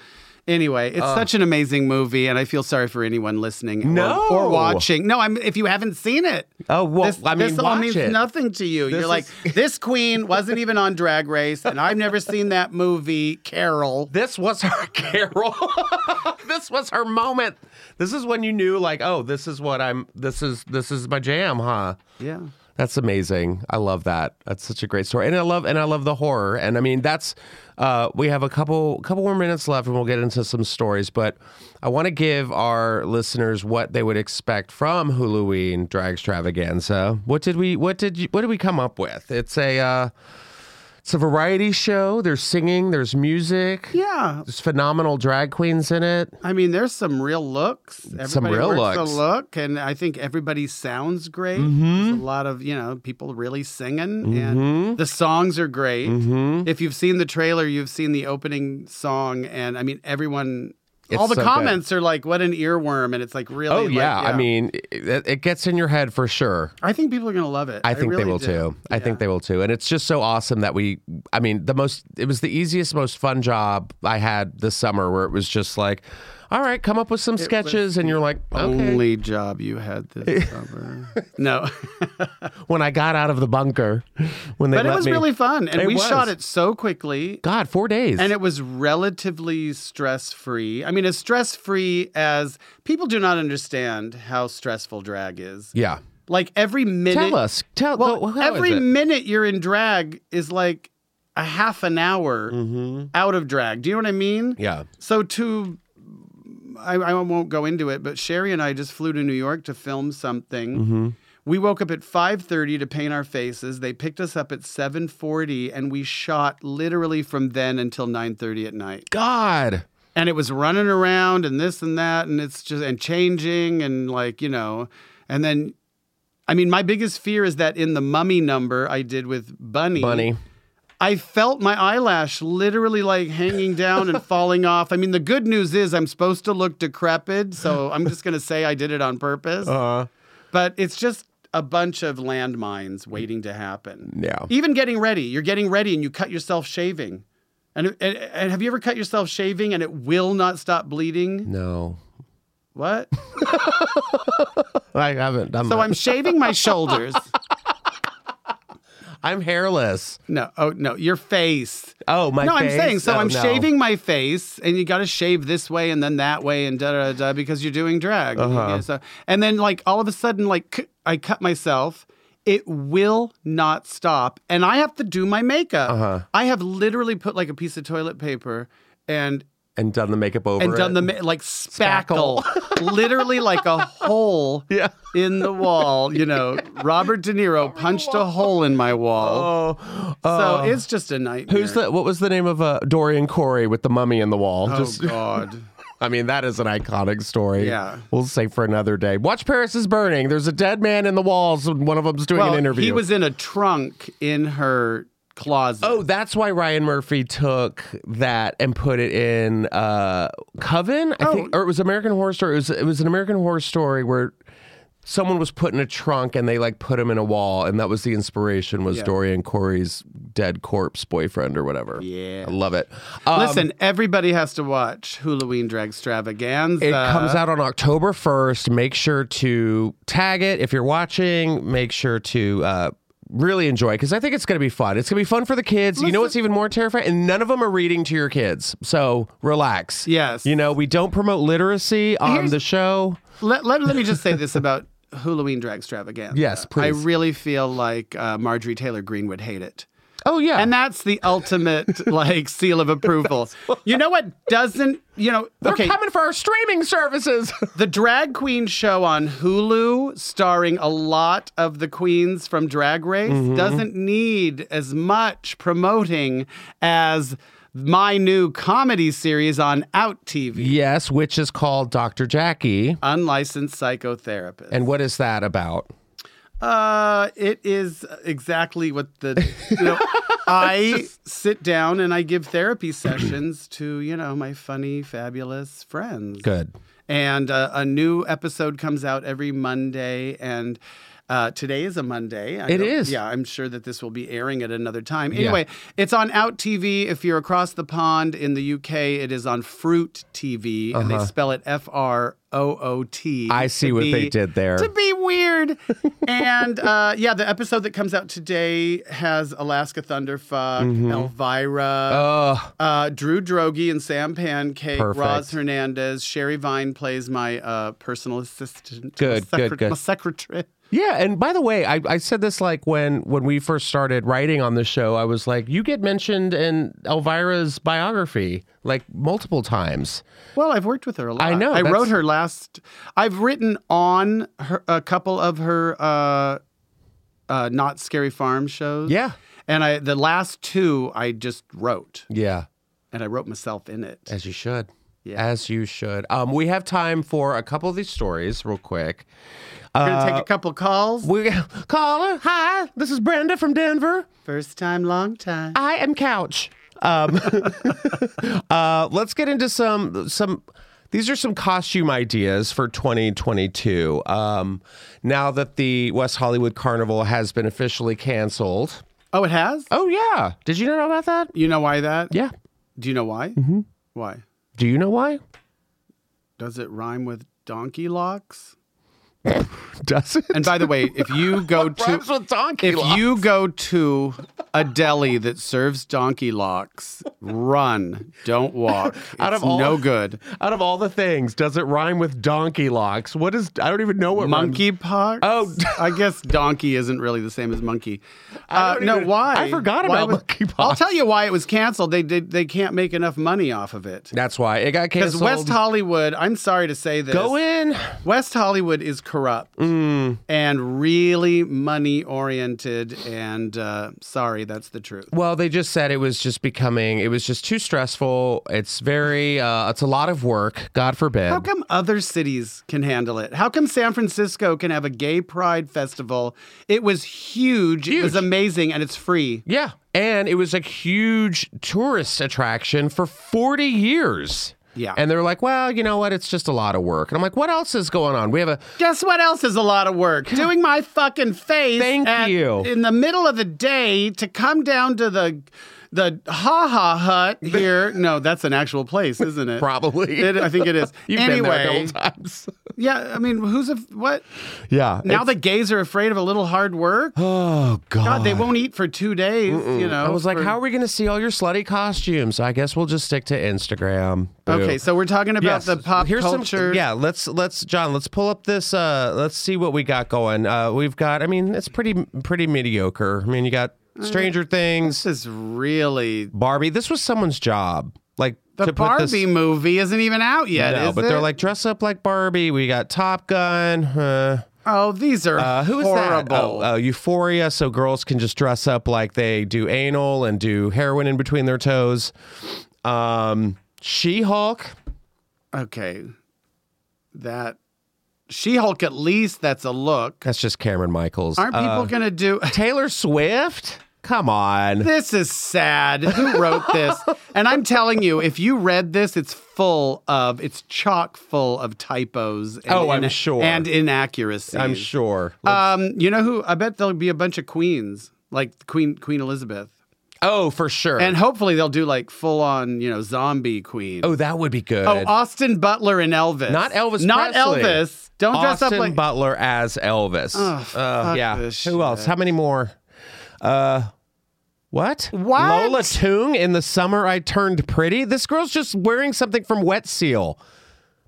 B: Anyway, it's such an amazing movie, and I feel sorry for anyone listening or-
A: No.
B: or, watching. No, I'm if you haven't seen it.
A: Oh, well,
B: this,
A: I mean,
B: this all
A: watch
B: means
A: it.
B: nothing to you. You're like, this queen wasn't even on Drag Race, and I've never seen that movie, Carol.
A: This was her Carol. this was her moment. This is when you knew, like, oh, this is what I'm. This is this is my jam, huh?
B: Yeah.
A: That's amazing. I love that. That's such a great story, and I love and I love the horror. And I mean, that's uh, we have a couple couple more minutes left, and we'll get into some stories. But I want to give our listeners what they would expect from Halloween Drag Extravaganza. What did we What did you What did we come up with? It's a uh, it's a variety show. There's singing. There's music.
B: Yeah.
A: There's phenomenal drag queens in it.
B: I mean, there's some real looks. Everybody
A: real
B: works
A: looks. Mm-hmm.
B: A look, and I think everybody sounds great. There's a lot of you know people really singing, and the songs are great.
A: Mm-hmm.
B: If you've seen the trailer, you've seen the opening song, and I mean, everyone.
A: It's
B: all the
A: so good.
B: comments are like, "What an earworm!" and it's like really.
A: Oh
B: like,
A: yeah, I mean, it, it gets in your head for sure.
B: I think people are gonna love it.
A: I think
B: really
A: they will
B: do.
A: too. I
B: Yeah.
A: think they will too. And it's just so awesome that we I mean, the most it was the easiest most fun job I had this summer where it was just like, all right, come up with some sketches and you're like, okay.
B: Only job you had this summer. no.
A: When I got out of the bunker, when they
B: but it
A: let
B: was
A: me-
B: really fun. And
A: It
B: we shot
A: was.
B: it so quickly.
A: God, 4 days.
B: And it was relatively stress free. I mean, as stress free as people do not understand how stressful drag is.
A: yeah.
B: Like every minute.
A: Tell us. Tell
B: Well,
A: well,
B: every minute you're in drag is like a half an hour out of drag. Do you know what I mean?
A: Yeah.
B: So to. I, I won't go into it, but Sherry and I just flew to New York to film something. We woke up at 5:30 to paint our faces. They picked us up at 7:40 and we shot literally from then until 9:30 at night.
A: God.
B: And it was running around and this and that and it's just and changing and like, you know, and then I mean, my biggest fear is that in the mummy number I did with Bunny,
A: Bunny.
B: I felt my eyelash literally like hanging down and falling off. I mean, the good news is I'm supposed to look decrepit, so I'm just going to say I did it on purpose.
A: Uh
B: But it's just a bunch of landmines waiting to happen.
A: yeah.
B: Even getting ready, you're getting ready and you cut yourself shaving. And, and, and have you ever cut yourself shaving and it will not stop bleeding?
A: No.
B: What?
A: I haven't done
B: So
A: that.
B: I'm shaving my shoulders.
A: I'm hairless.
B: No, oh no, your face.
A: Oh, my
B: no,
A: face?
B: I'm saying so.
A: Oh,
B: I'm
A: no.
B: shaving my face, and you got to shave this way and then that way and da da da, da because you're doing drag.
A: Uh-huh.
B: Yeah, so- and then like all of a sudden, like c- I cut myself. It will not stop, and I have to do my makeup.
A: Uh-huh.
B: I have literally put like a piece of toilet paper and
A: and done the makeup over
B: and done
A: it.
B: the ma- like spackle, literally like a hole
A: Yeah.
B: in the wall. You know, Robert De Niro punched a hole in my wall.
A: Oh,
B: so it's just a nightmare.
A: Who's the? What was the name of uh, Dorian Corey with the mummy in the wall?
B: Oh
A: Just,
B: God.
A: I mean, that is an iconic story.
B: Yeah.
A: we'll save for another day. Watch Paris is burning. There's a dead man in the walls, and one of them's doing an interview.
B: He was in a trunk in her closet.
A: Oh, that's why Ryan Murphy took that and put it in uh, Coven. I think, or it was American Horror Story. It was it was an American Horror Story where someone was put in a trunk and they like put him in a wall, and that was the inspiration was Dorian Corey's dead corpse boyfriend or whatever.
B: Yeah.
A: I love it. Um,
B: Listen, everybody has to watch Halloween Drag Extravaganza.
A: It comes out on October 1st. Make sure to tag it if you're watching. Make sure to uh, really enjoy because I think it's going to be fun. It's going to be fun for the kids. You know what's even more terrifying? And none of them are reading to your kids. So relax.
B: Yes.
A: You know, we don't promote literacy on
B: Here's-
A: the show.
B: let, let, let me just say this about Halloween Drag Extravaganza.
A: Yes,
B: I
A: please.
B: really feel like uh, Marjorie Taylor Greene would hate it.
A: Oh, yeah.
B: And that's the ultimate like seal of approval. You know what doesn't, you know,
A: They're
B: okay,
A: coming for our streaming services.
B: The drag queen show on Hulu, starring a lot of the queens from Drag Race, doesn't need as much promoting as my new comedy series on Out TV,
A: Yes, which is called Dr. Jackie.
B: Unlicensed Psychotherapist.
A: And what is that about?
B: Uh, it is exactly what the. You know, I sit down and I give therapy sessions to you know my funny, fabulous friends.
A: Good.
B: And uh, a new episode comes out every Monday and. Uh, today is a Monday. I
A: It
B: don't-
A: is.
B: Yeah, I'm sure that this will be airing at another time. Anyway, it's on Out TV. If you're across the pond in the UK, it is on Fruit TV, and they spell it F R O O T.
A: Uh-huh. I see
B: to
A: what they
B: be-
A: did there.
B: To be weird. and uh, yeah, the episode that comes out today has Alaska Thunderfuck, Elvira,
A: Mm-hmm. Oh,
B: uh, Drew Drogi and Sam Pancake,
A: Perfect.
B: Roz Hernandez, Sherry Vine plays my uh, personal assistant.
A: Good,
B: my
A: good,
B: secret-
A: good.
B: My secretary.
A: yeah. And by the way, I, I said this like when when we first started writing on the show, I was like, you get mentioned in Elvira's biography like multiple times.
B: Well, I've worked with her a lot.
A: I know,
B: I
A: that's-
B: wrote her last. I've written on her, a couple of her uh, uh, not scary farm shows.
A: Yeah.
B: And I the last two I just wrote,
A: Yeah.
B: and I wrote myself in it.
A: As you should.
B: Yeah.
A: As you should. Um, we have time for a couple of these stories, real quick.
B: We're gonna
A: Uh,
B: take a couple calls.
A: We caller, hi. This is Brenda from Denver.
B: First time, long time.
A: I am couch. Um, uh, let's get into some some. These are some costume ideas for 2022. Um, now that the West Hollywood Carnival has been officially canceled.
B: Oh, it has.
A: Oh yeah, did you know about that?
B: You know why that?
A: Yeah.
B: Do you know why? Mm-hmm. Why?
A: Do you know why?
B: Does it rhyme with donkey locks?
A: Does it?
B: And by the way, if you go
A: Rhymes
B: to
A: with donkey.
B: if
A: law.
B: you go to a deli that serves donkey locks, run, don't walk. It's
A: Out of all-
B: no good.
A: out of all the things, does it rhyme with donkey locks? What is? I don't even know what rhymes-
B: Monkey pox?
A: Oh.
B: I guess donkey isn't really the same as monkey. Uh,
A: don't
B: no,
A: even-
B: why?
A: I forgot
B: Why
A: about
B: was-
A: monkeypox.
B: I'll tell you why it was canceled. They did. They can't make enough money off of it.
A: That's why it got
B: Because
A: canceled.
B: West Hollywood, I'm sorry to say this.
A: Go in.
B: West Hollywood is corrupt
A: Mm.
B: and really money oriented. And uh, sorry, that's the truth.
A: Well, they just said it was just becoming, it was just too stressful. It's very, uh, it's a lot of work, God forbid.
B: How come other cities can handle it? How come San Francisco can have a gay pride festival? It was huge, it was
A: Huge.
B: amazing, and it's free.
A: Yeah. And it was a huge tourist attraction for 40 years.
B: Yeah.
A: And they're like, well, you know what? It's just a lot of work. And I'm like, what else is going on? We have a,
B: Guess what else is a lot of work? Doing my fucking face
A: Thank
B: at-
A: you.
B: in the middle of the day to come down to the the ha ha hut here. no, that's an actual place, isn't it?
A: Probably.
B: It, I think it is.
A: you've
B: anyway,
A: been there a couple times.
B: Yeah, I mean, who's a what?
A: yeah.
B: Now the gays are afraid of a little hard work.
A: oh, God.
B: God, they won't eat for two days. You know,
A: I was like,
B: for-
A: how are we going to see all your slutty costumes? I guess we'll just stick to Instagram. Boo.
B: Okay, so we're talking about
A: Yes.
B: the pop
A: Here's some-
B: culture.
A: yeah, let's let's John, let's pull up this. Uh, let's see what we got going. Uh, we've got. I mean, it's pretty pretty mediocre. I mean, you got Stranger Things,
B: Mm. this is really
A: Barbie. This was someone's job. Like
B: the
A: to put
B: Barbie
A: this,
B: movie isn't even out yet.
A: no,
B: is
A: but they're
B: it?
A: like dress up like Barbie. We got Top Gun. Uh,
B: oh, these are
A: uh, who is that?
B: horrible.
A: Oh, uh, Euphoria. So girls can just dress up like they do anal and do heroin in between their toes. Um, she Hulk.
B: Okay, that She Hulk. At least that's a look.
A: That's just Cameron Michaels.
B: Aren't people
A: Uh,
B: gonna do?
A: Taylor Swift? Come on.
B: This is sad. Who wrote this? And I'm telling you, if you read this, it's full of, it's chock full of typos. And
A: Oh, I'm sure.
B: And inaccuracies.
A: I'm sure.
B: Um, you know who? I bet there'll be a bunch of queens, like Queen Queen Elizabeth,
A: oh, for sure.
B: and hopefully they'll do like full on, you know, zombie queen.
A: oh, that would be good.
B: Oh, Austin Butler and Elvis.
A: Not Elvis
B: Not
A: Presley.
B: Elvis. Don't dress up
A: Austin
B: like.
A: Butler as Elvis.
B: fuck
A: yeah.
B: this
A: Who else? How many more? Uh, what?
B: What?
A: Lola Toong in the summer I turned pretty. This girl's just wearing something from Wet Seal.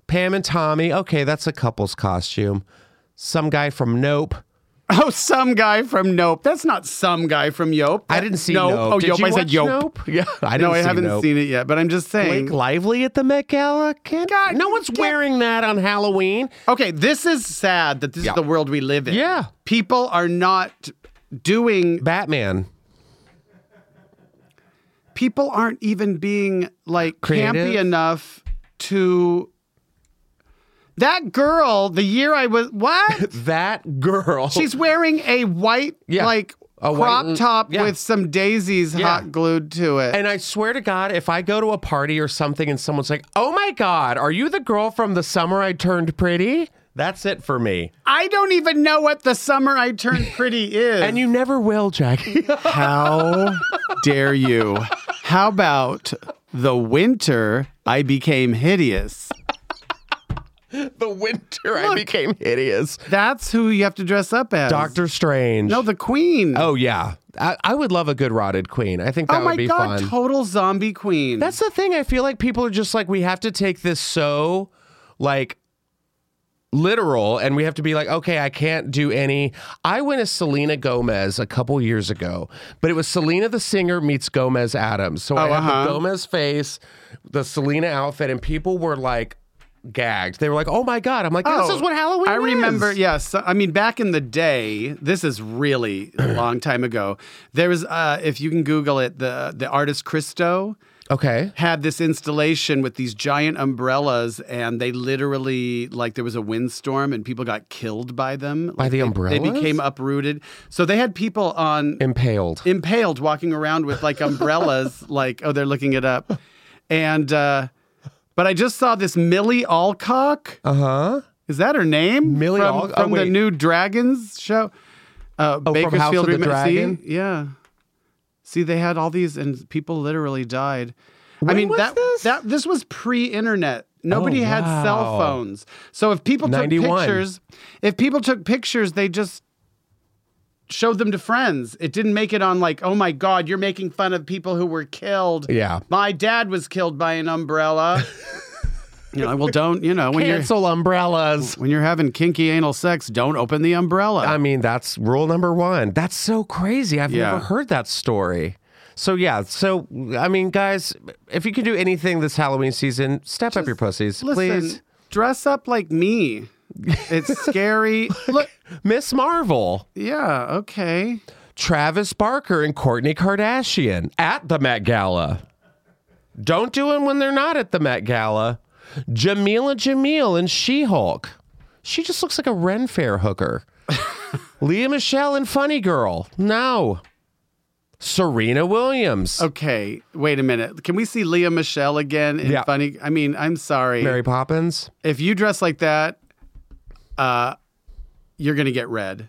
A: Pam and Tommy. Okay, that's a couple's costume. Some guy from Nope.
B: oh, some guy from Nope. That's not some guy from Yope.
A: I didn't see
B: Nope.
A: Nope.
B: Oh,
A: Did
B: Yope.
A: you
B: I said
A: watch
B: Yope.
A: Nope. Yeah, I didn't
B: no, I
A: see
B: haven't
A: Nope.
B: seen it yet, but I'm just saying.
A: Blake Lively at the Met Gala? Can't,
B: God,
A: no one's
B: get-
A: wearing that on Halloween.
B: Okay, this is sad that this
A: Yeah.
B: is the world we live in.
A: Yeah.
B: People are not doing
A: Batman.
B: people aren't even being like
A: Creative?
B: campy enough to. That girl, the year I was what?
A: That girl.
B: She's wearing a white
A: Yeah.
B: like
A: A white
B: crop
A: and-
B: top
A: yeah.
B: with some daisies
A: Yeah.
B: hot glued to it.
A: And I swear to God, if I go to a party or something and someone's like, oh my God, are you the girl from the summer I turned pretty? That's it for me.
B: I don't even know what the summer I turned pretty is.
A: And you never will, Jackie.
B: How dare you? How about the winter I became hideous?
A: the winter I became hideous.
B: That's who you have to dress up as.
A: Doctor Strange.
B: No, the queen.
A: oh, yeah. I, I would love a good rotted queen. I think that
B: Oh
A: would
B: my
A: be
B: God,
A: fun.
B: total zombie queen.
A: That's the thing. I feel like people are just like, we have to take this so, like, literal and we have to be like okay i can't do any i went as selena gomez a couple years ago but it was selena the singer meets gomez adams so i
B: Oh,
A: had
B: uh-huh.
A: the gomez face the selena outfit and people were like gagged they were like oh my god i'm like this
B: Oh,
A: is what halloween
B: I
A: is.
B: remember, yes. I mean, back in the day, this is really a long time ago. There was, uh, if you can Google it, the the artist Christo.
A: okay
B: had this installation with these giant umbrellas and they literally like there was a windstorm and people got killed by them
A: by
B: Like,
A: the
B: they
A: umbrella
B: became uprooted so they had people on
A: impaled
B: impaled walking around with like umbrellas like oh they're looking it up and uh but i just saw this millie alcock
A: uh-huh
B: is that her name
A: Millie
B: from,
A: Alcock? Oh,
B: from the
A: wait. Oh,
B: new dragons show uh
A: from House of
B: bakersfield
A: the
B: Rema-
A: Dragon?
B: see? yeah see they had all these and people literally died i
A: When
B: mean
A: was
B: that
A: this?
B: that this was pre-internet nobody
A: Oh,
B: had cell
A: wow.
B: phones so if people took
A: 91.
B: pictures if people took pictures they just showed them to friends it didn't make it on like oh my god you're making fun of people who were killed
A: yeah
B: my dad was killed by an umbrella you know well don't you know when you're
A: cancel umbrellas
B: when you're having kinky anal sex, don't open the umbrella.
A: I mean, that's rule number one. That's so crazy. I've
B: Yeah.
A: never heard that story. So yeah, so I mean, guys, if you can do anything this Halloween season, step up your pussies,
B: Listen,
A: please.
B: dress up like me. It's scary. Look,
A: Miss Marvel,
B: yeah, okay.
A: Travis Barker, and Courtney Kardashian at the Met Gala. Don't do it when they're not at the Met Gala. Jamila Jamil and She Hulk. She just looks like a Ren Fair hooker. Leah Michelle and Funny Girl. No. Serena Williams.
B: Okay, wait a minute. Can we see Leah Michelle again in
A: Yeah.
B: funny? I mean, I'm sorry.
A: Mary Poppins.
B: If you dress like that, uh, you're going to get red.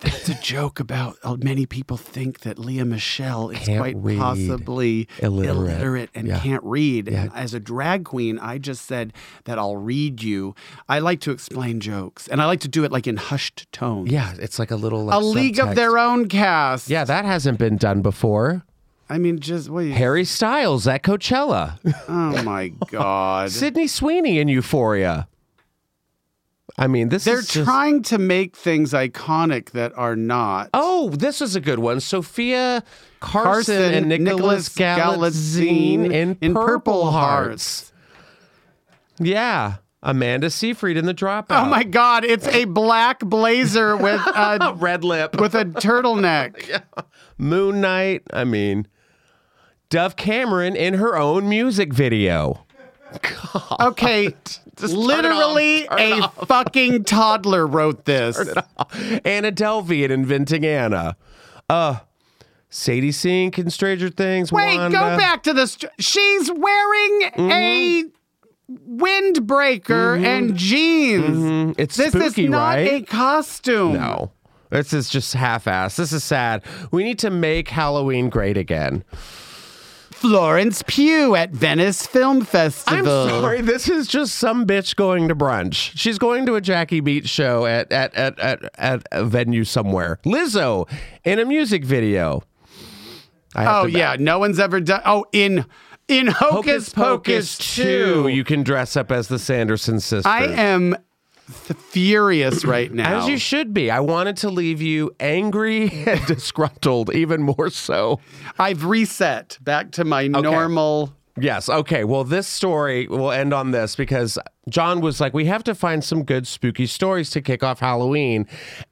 B: That's a joke about uh, many people think that Leah Michelle is
A: Can't
B: quite
A: read.
B: possibly illiterate,
A: Illiterate.
B: and
A: Yeah.
B: can't read. And as a drag queen, I just said that I'll read you. I like to explain jokes and I like to do it like in hushed tones.
A: Yeah, it's like a little like
B: A league of
A: subtext.
B: their own cast.
A: Yeah, that hasn't been done before.
B: I mean, just what? You,
A: Harry Styles at Coachella.
B: oh my God.
A: Sydney Sweeney in Euphoria. I mean, this
B: They're
A: is just-
B: trying to make things iconic that are not.
A: Oh, this is a good one. Sophia Carson,
B: Carson
A: and Nicholas,
B: Nicholas
A: Galitzine
B: Galitzine
A: in,
B: in
A: Purple,
B: Purple
A: Hearts. Yeah, Amanda Seyfried in The Dropout.
B: Oh my God! It's a black blazer with a
A: red lip.
B: with a turtleneck.
A: Moon Knight. I mean, Dove Cameron in her own music video.
B: Okay,
A: turn it
B: literally
A: off, turn
B: a
A: it
B: fucking toddler wrote this.
A: Anna Delvey in Inventing Anna. Uh, Sadie Sink in Stranger Things.
B: Wait,
A: Wanda.
B: go back to this. She's wearing a
A: Mm-hmm.
B: windbreaker and jeans.
A: Mm, It's
B: This
A: Mm-hmm. spooky,
B: is not
A: right?
B: a costume.
A: no. This is just half-assed. This is sad. We need to make Halloween great again.
B: Florence Pugh at Venice Film Festival.
A: I'm sorry. This is just some bitch going to brunch. She's going to a Jackie Beat show at at at at, at a venue somewhere. Lizzo in a music video. I have
B: Oh
A: to-
B: yeah, no one's ever done. Oh, in in Hocus, Pocus, two.
A: You can dress up as the Sanderson sisters.
B: I am th- furious right now.
A: As you should be. I wanted to leave you angry and disgruntled, even more so.
B: I've reset back to my normal.
A: Yes. Okay. Well, this story will end on this because John was like, we have to find some good spooky stories to kick off Halloween.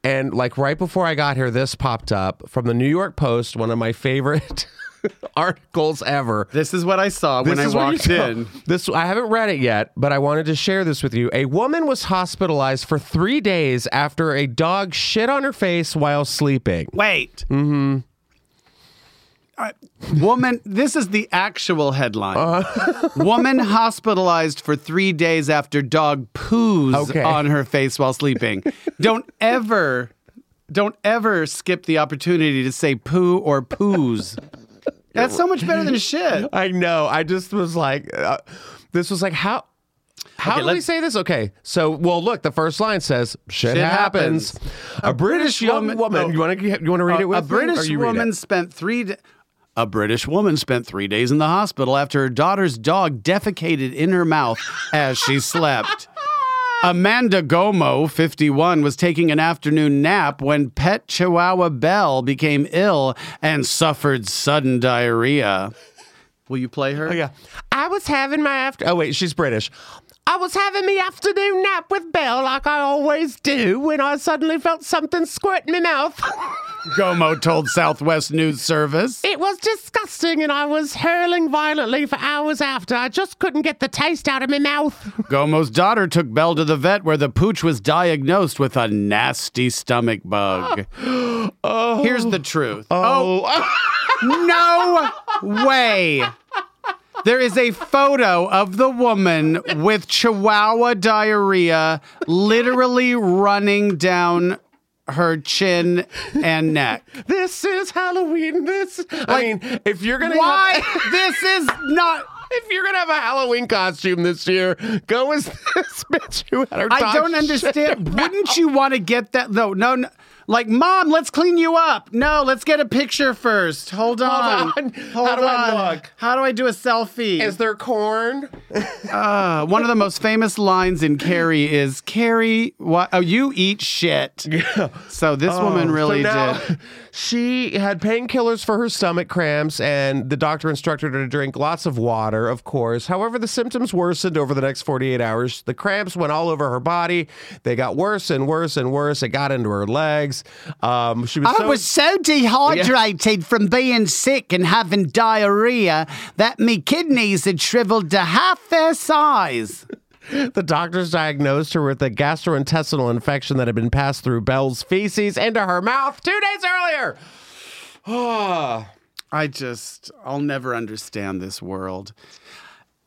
A: And like right before I got here, this popped up from the New York Post, one of my favorite articles ever.
B: This is what I saw when I
A: is what you
B: walked
A: saw.
B: in.
A: This I haven't read it yet, but I wanted to share this with you. A woman was hospitalized for three days after a dog shit on her face while sleeping.
B: Wait. Mm-hmm. Uh, woman, this is the actual headline. woman hospitalized for three days after dog poos
A: Okay.
B: on her face while sleeping. Don't ever, don't ever skip the opportunity to say poo or poos. That's so much better than shit.
A: I know. I just was like, uh, this was like how. How
B: Okay,
A: do we
B: let's-
A: say this? Okay, so well, look. The first line says, "Shit,
B: Shit
A: happens.
B: happens.
A: A, British,
B: British
A: young woman.
B: woman- no.
A: You want to you want to read it with
B: a
A: me, or
B: British
A: you read it?
B: woman spent three. Da- a British woman spent three days in the hospital after her daughter's dog defecated in her mouth as she slept. Amanda Gomo, 51, was taking an afternoon nap when pet Chihuahua Belle became ill and suffered sudden diarrhea. Will you play her?
A: Oh, yeah. I was having my after. Oh wait, she's British. I was having my afternoon nap with Belle, like I always do, when I suddenly felt something squirt in my mouth.
B: Gomo told Southwest News Service.
A: it was disgusting, and I was hurling violently for hours after. I just couldn't get the taste out of my mouth.
B: Gomo's daughter took Belle to the vet where the pooch was diagnosed with a nasty stomach bug. Here's the truth.
A: Oh,
B: No way. There is a photo of the woman with chihuahua diarrhea literally running down her chin and neck.
A: this is Halloween. This. I mean, if you're gonna
B: Why?
A: have-
B: This is not.
A: if you're gonna have a Halloween costume this year, go as this bitch who had her.
B: I
A: dog
B: don't
A: shit
B: understand. Wouldn't you want to get that? No, no, no. Like, mom, let's clean you up. No, let's get a picture first. Hold on.
A: on. How do I look?
B: How do I do a selfie?
A: Is there corn?
B: Uh, one of the most famous lines in Carrie is Carrie, why, oh, you eat shit. So this woman really
A: Oh, So now-
B: did.
A: She had painkillers for her stomach cramps, and the doctor instructed her to drink lots of water, of course. However, the symptoms worsened over the next 48 hours. The cramps went all over her body. They got worse and worse and worse. It got into her legs. Um, she was, so,
B: so dehydrated from being sick and having diarrhea that me kidneys had shriveled to half their size.
A: the doctors diagnosed her with a gastrointestinal infection that had been passed through Belle's feces into her mouth two days earlier. Ah.
B: I just, I'll never understand this world.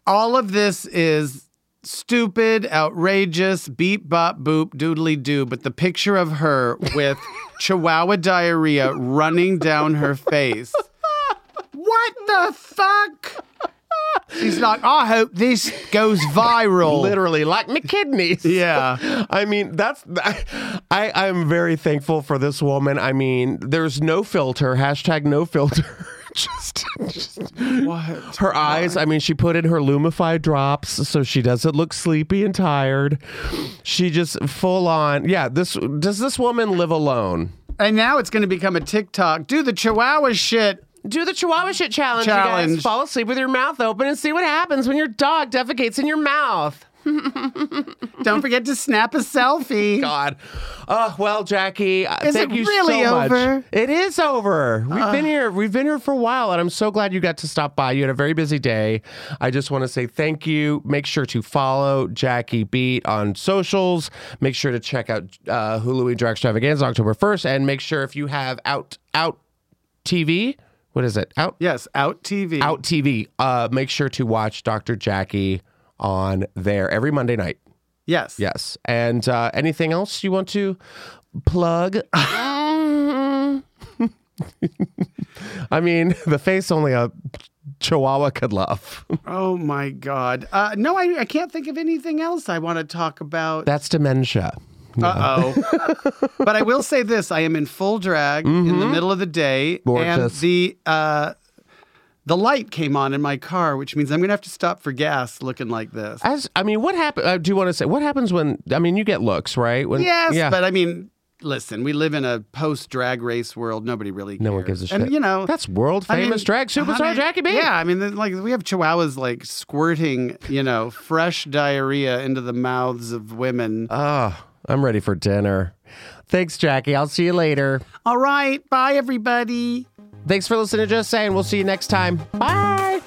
B: All of this is stupid, outrageous, beep, bop, boop, doodly doo. But the picture of her with chihuahua diarrhea running down her face. What the fuck? She's like, I hope this goes viral.
A: Literally, like my kidneys.
B: Yeah.
A: I mean, that's I, I am very thankful for this woman. I mean, there's no filter. Hashtag no filter. just, just-
B: What?
A: her eyes. I mean, she put in her Lumify drops so she doesn't look sleepy and tired. She just full on. Yeah. This does this woman live alone?
B: And now it's going to become a TikTok. Do the chihuahua shit.
A: Do the Chihuahua shit challenge,
B: you guys. Challenge.
A: Fall asleep with your mouth open and see what happens when your dog defecates in your mouth.
B: Don't forget to snap a selfie.
A: God. Oh, well, Jackie, uh,
B: Is
A: thank
B: it
A: you
B: really
A: so much.
B: over?
A: It is over. We've been here. We've been here for a while, and I'm so glad you got to stop by. You had a very busy day. I just want to say thank you. Make sure to follow Jackie Beat on socials. Make sure to check out uh, Hulu Drag Extravaganza October 1st, and make sure if you have out out TV, what is it? Out
B: Yes, out TV.
A: out TV. Uh, make sure to watch Dr. Jackie on there every Monday night.
B: Yes.
A: Yes. And uh, anything else you want to plug? I mean, the face only a chihuahua could love.
B: Oh my God. Uh, no, I, I can't think of anything else I want to talk about.
A: That's dementia.
B: Uh oh. but I will say this I am in full drag in the middle of the day.
A: Mm-hmm. Gorgeous.
B: And the. Uh, the light came on in my car, which means I'm gonna have to stop for gas looking like this.
A: As I mean, what happen? I do want to say what happens when I mean you get looks, right? When,
B: yes,
A: yeah.
B: but I mean, listen, we live in a post drag race world. Nobody really cares.
A: no one gives a shit.
B: And you know,
A: that's world
B: I mean,
A: famous drag superstar
B: honey,
A: Jackie B.
B: Yeah, I mean, there's, like we have chihuahuas like squirting, you know, fresh diarrhea into the mouths of women.
A: Ah, I'm ready for dinner. Thanks, Jackie. I'll see you later.
B: All right, bye everybody.
A: Thanks for listening to Just Saying. We'll see you next time. Bye.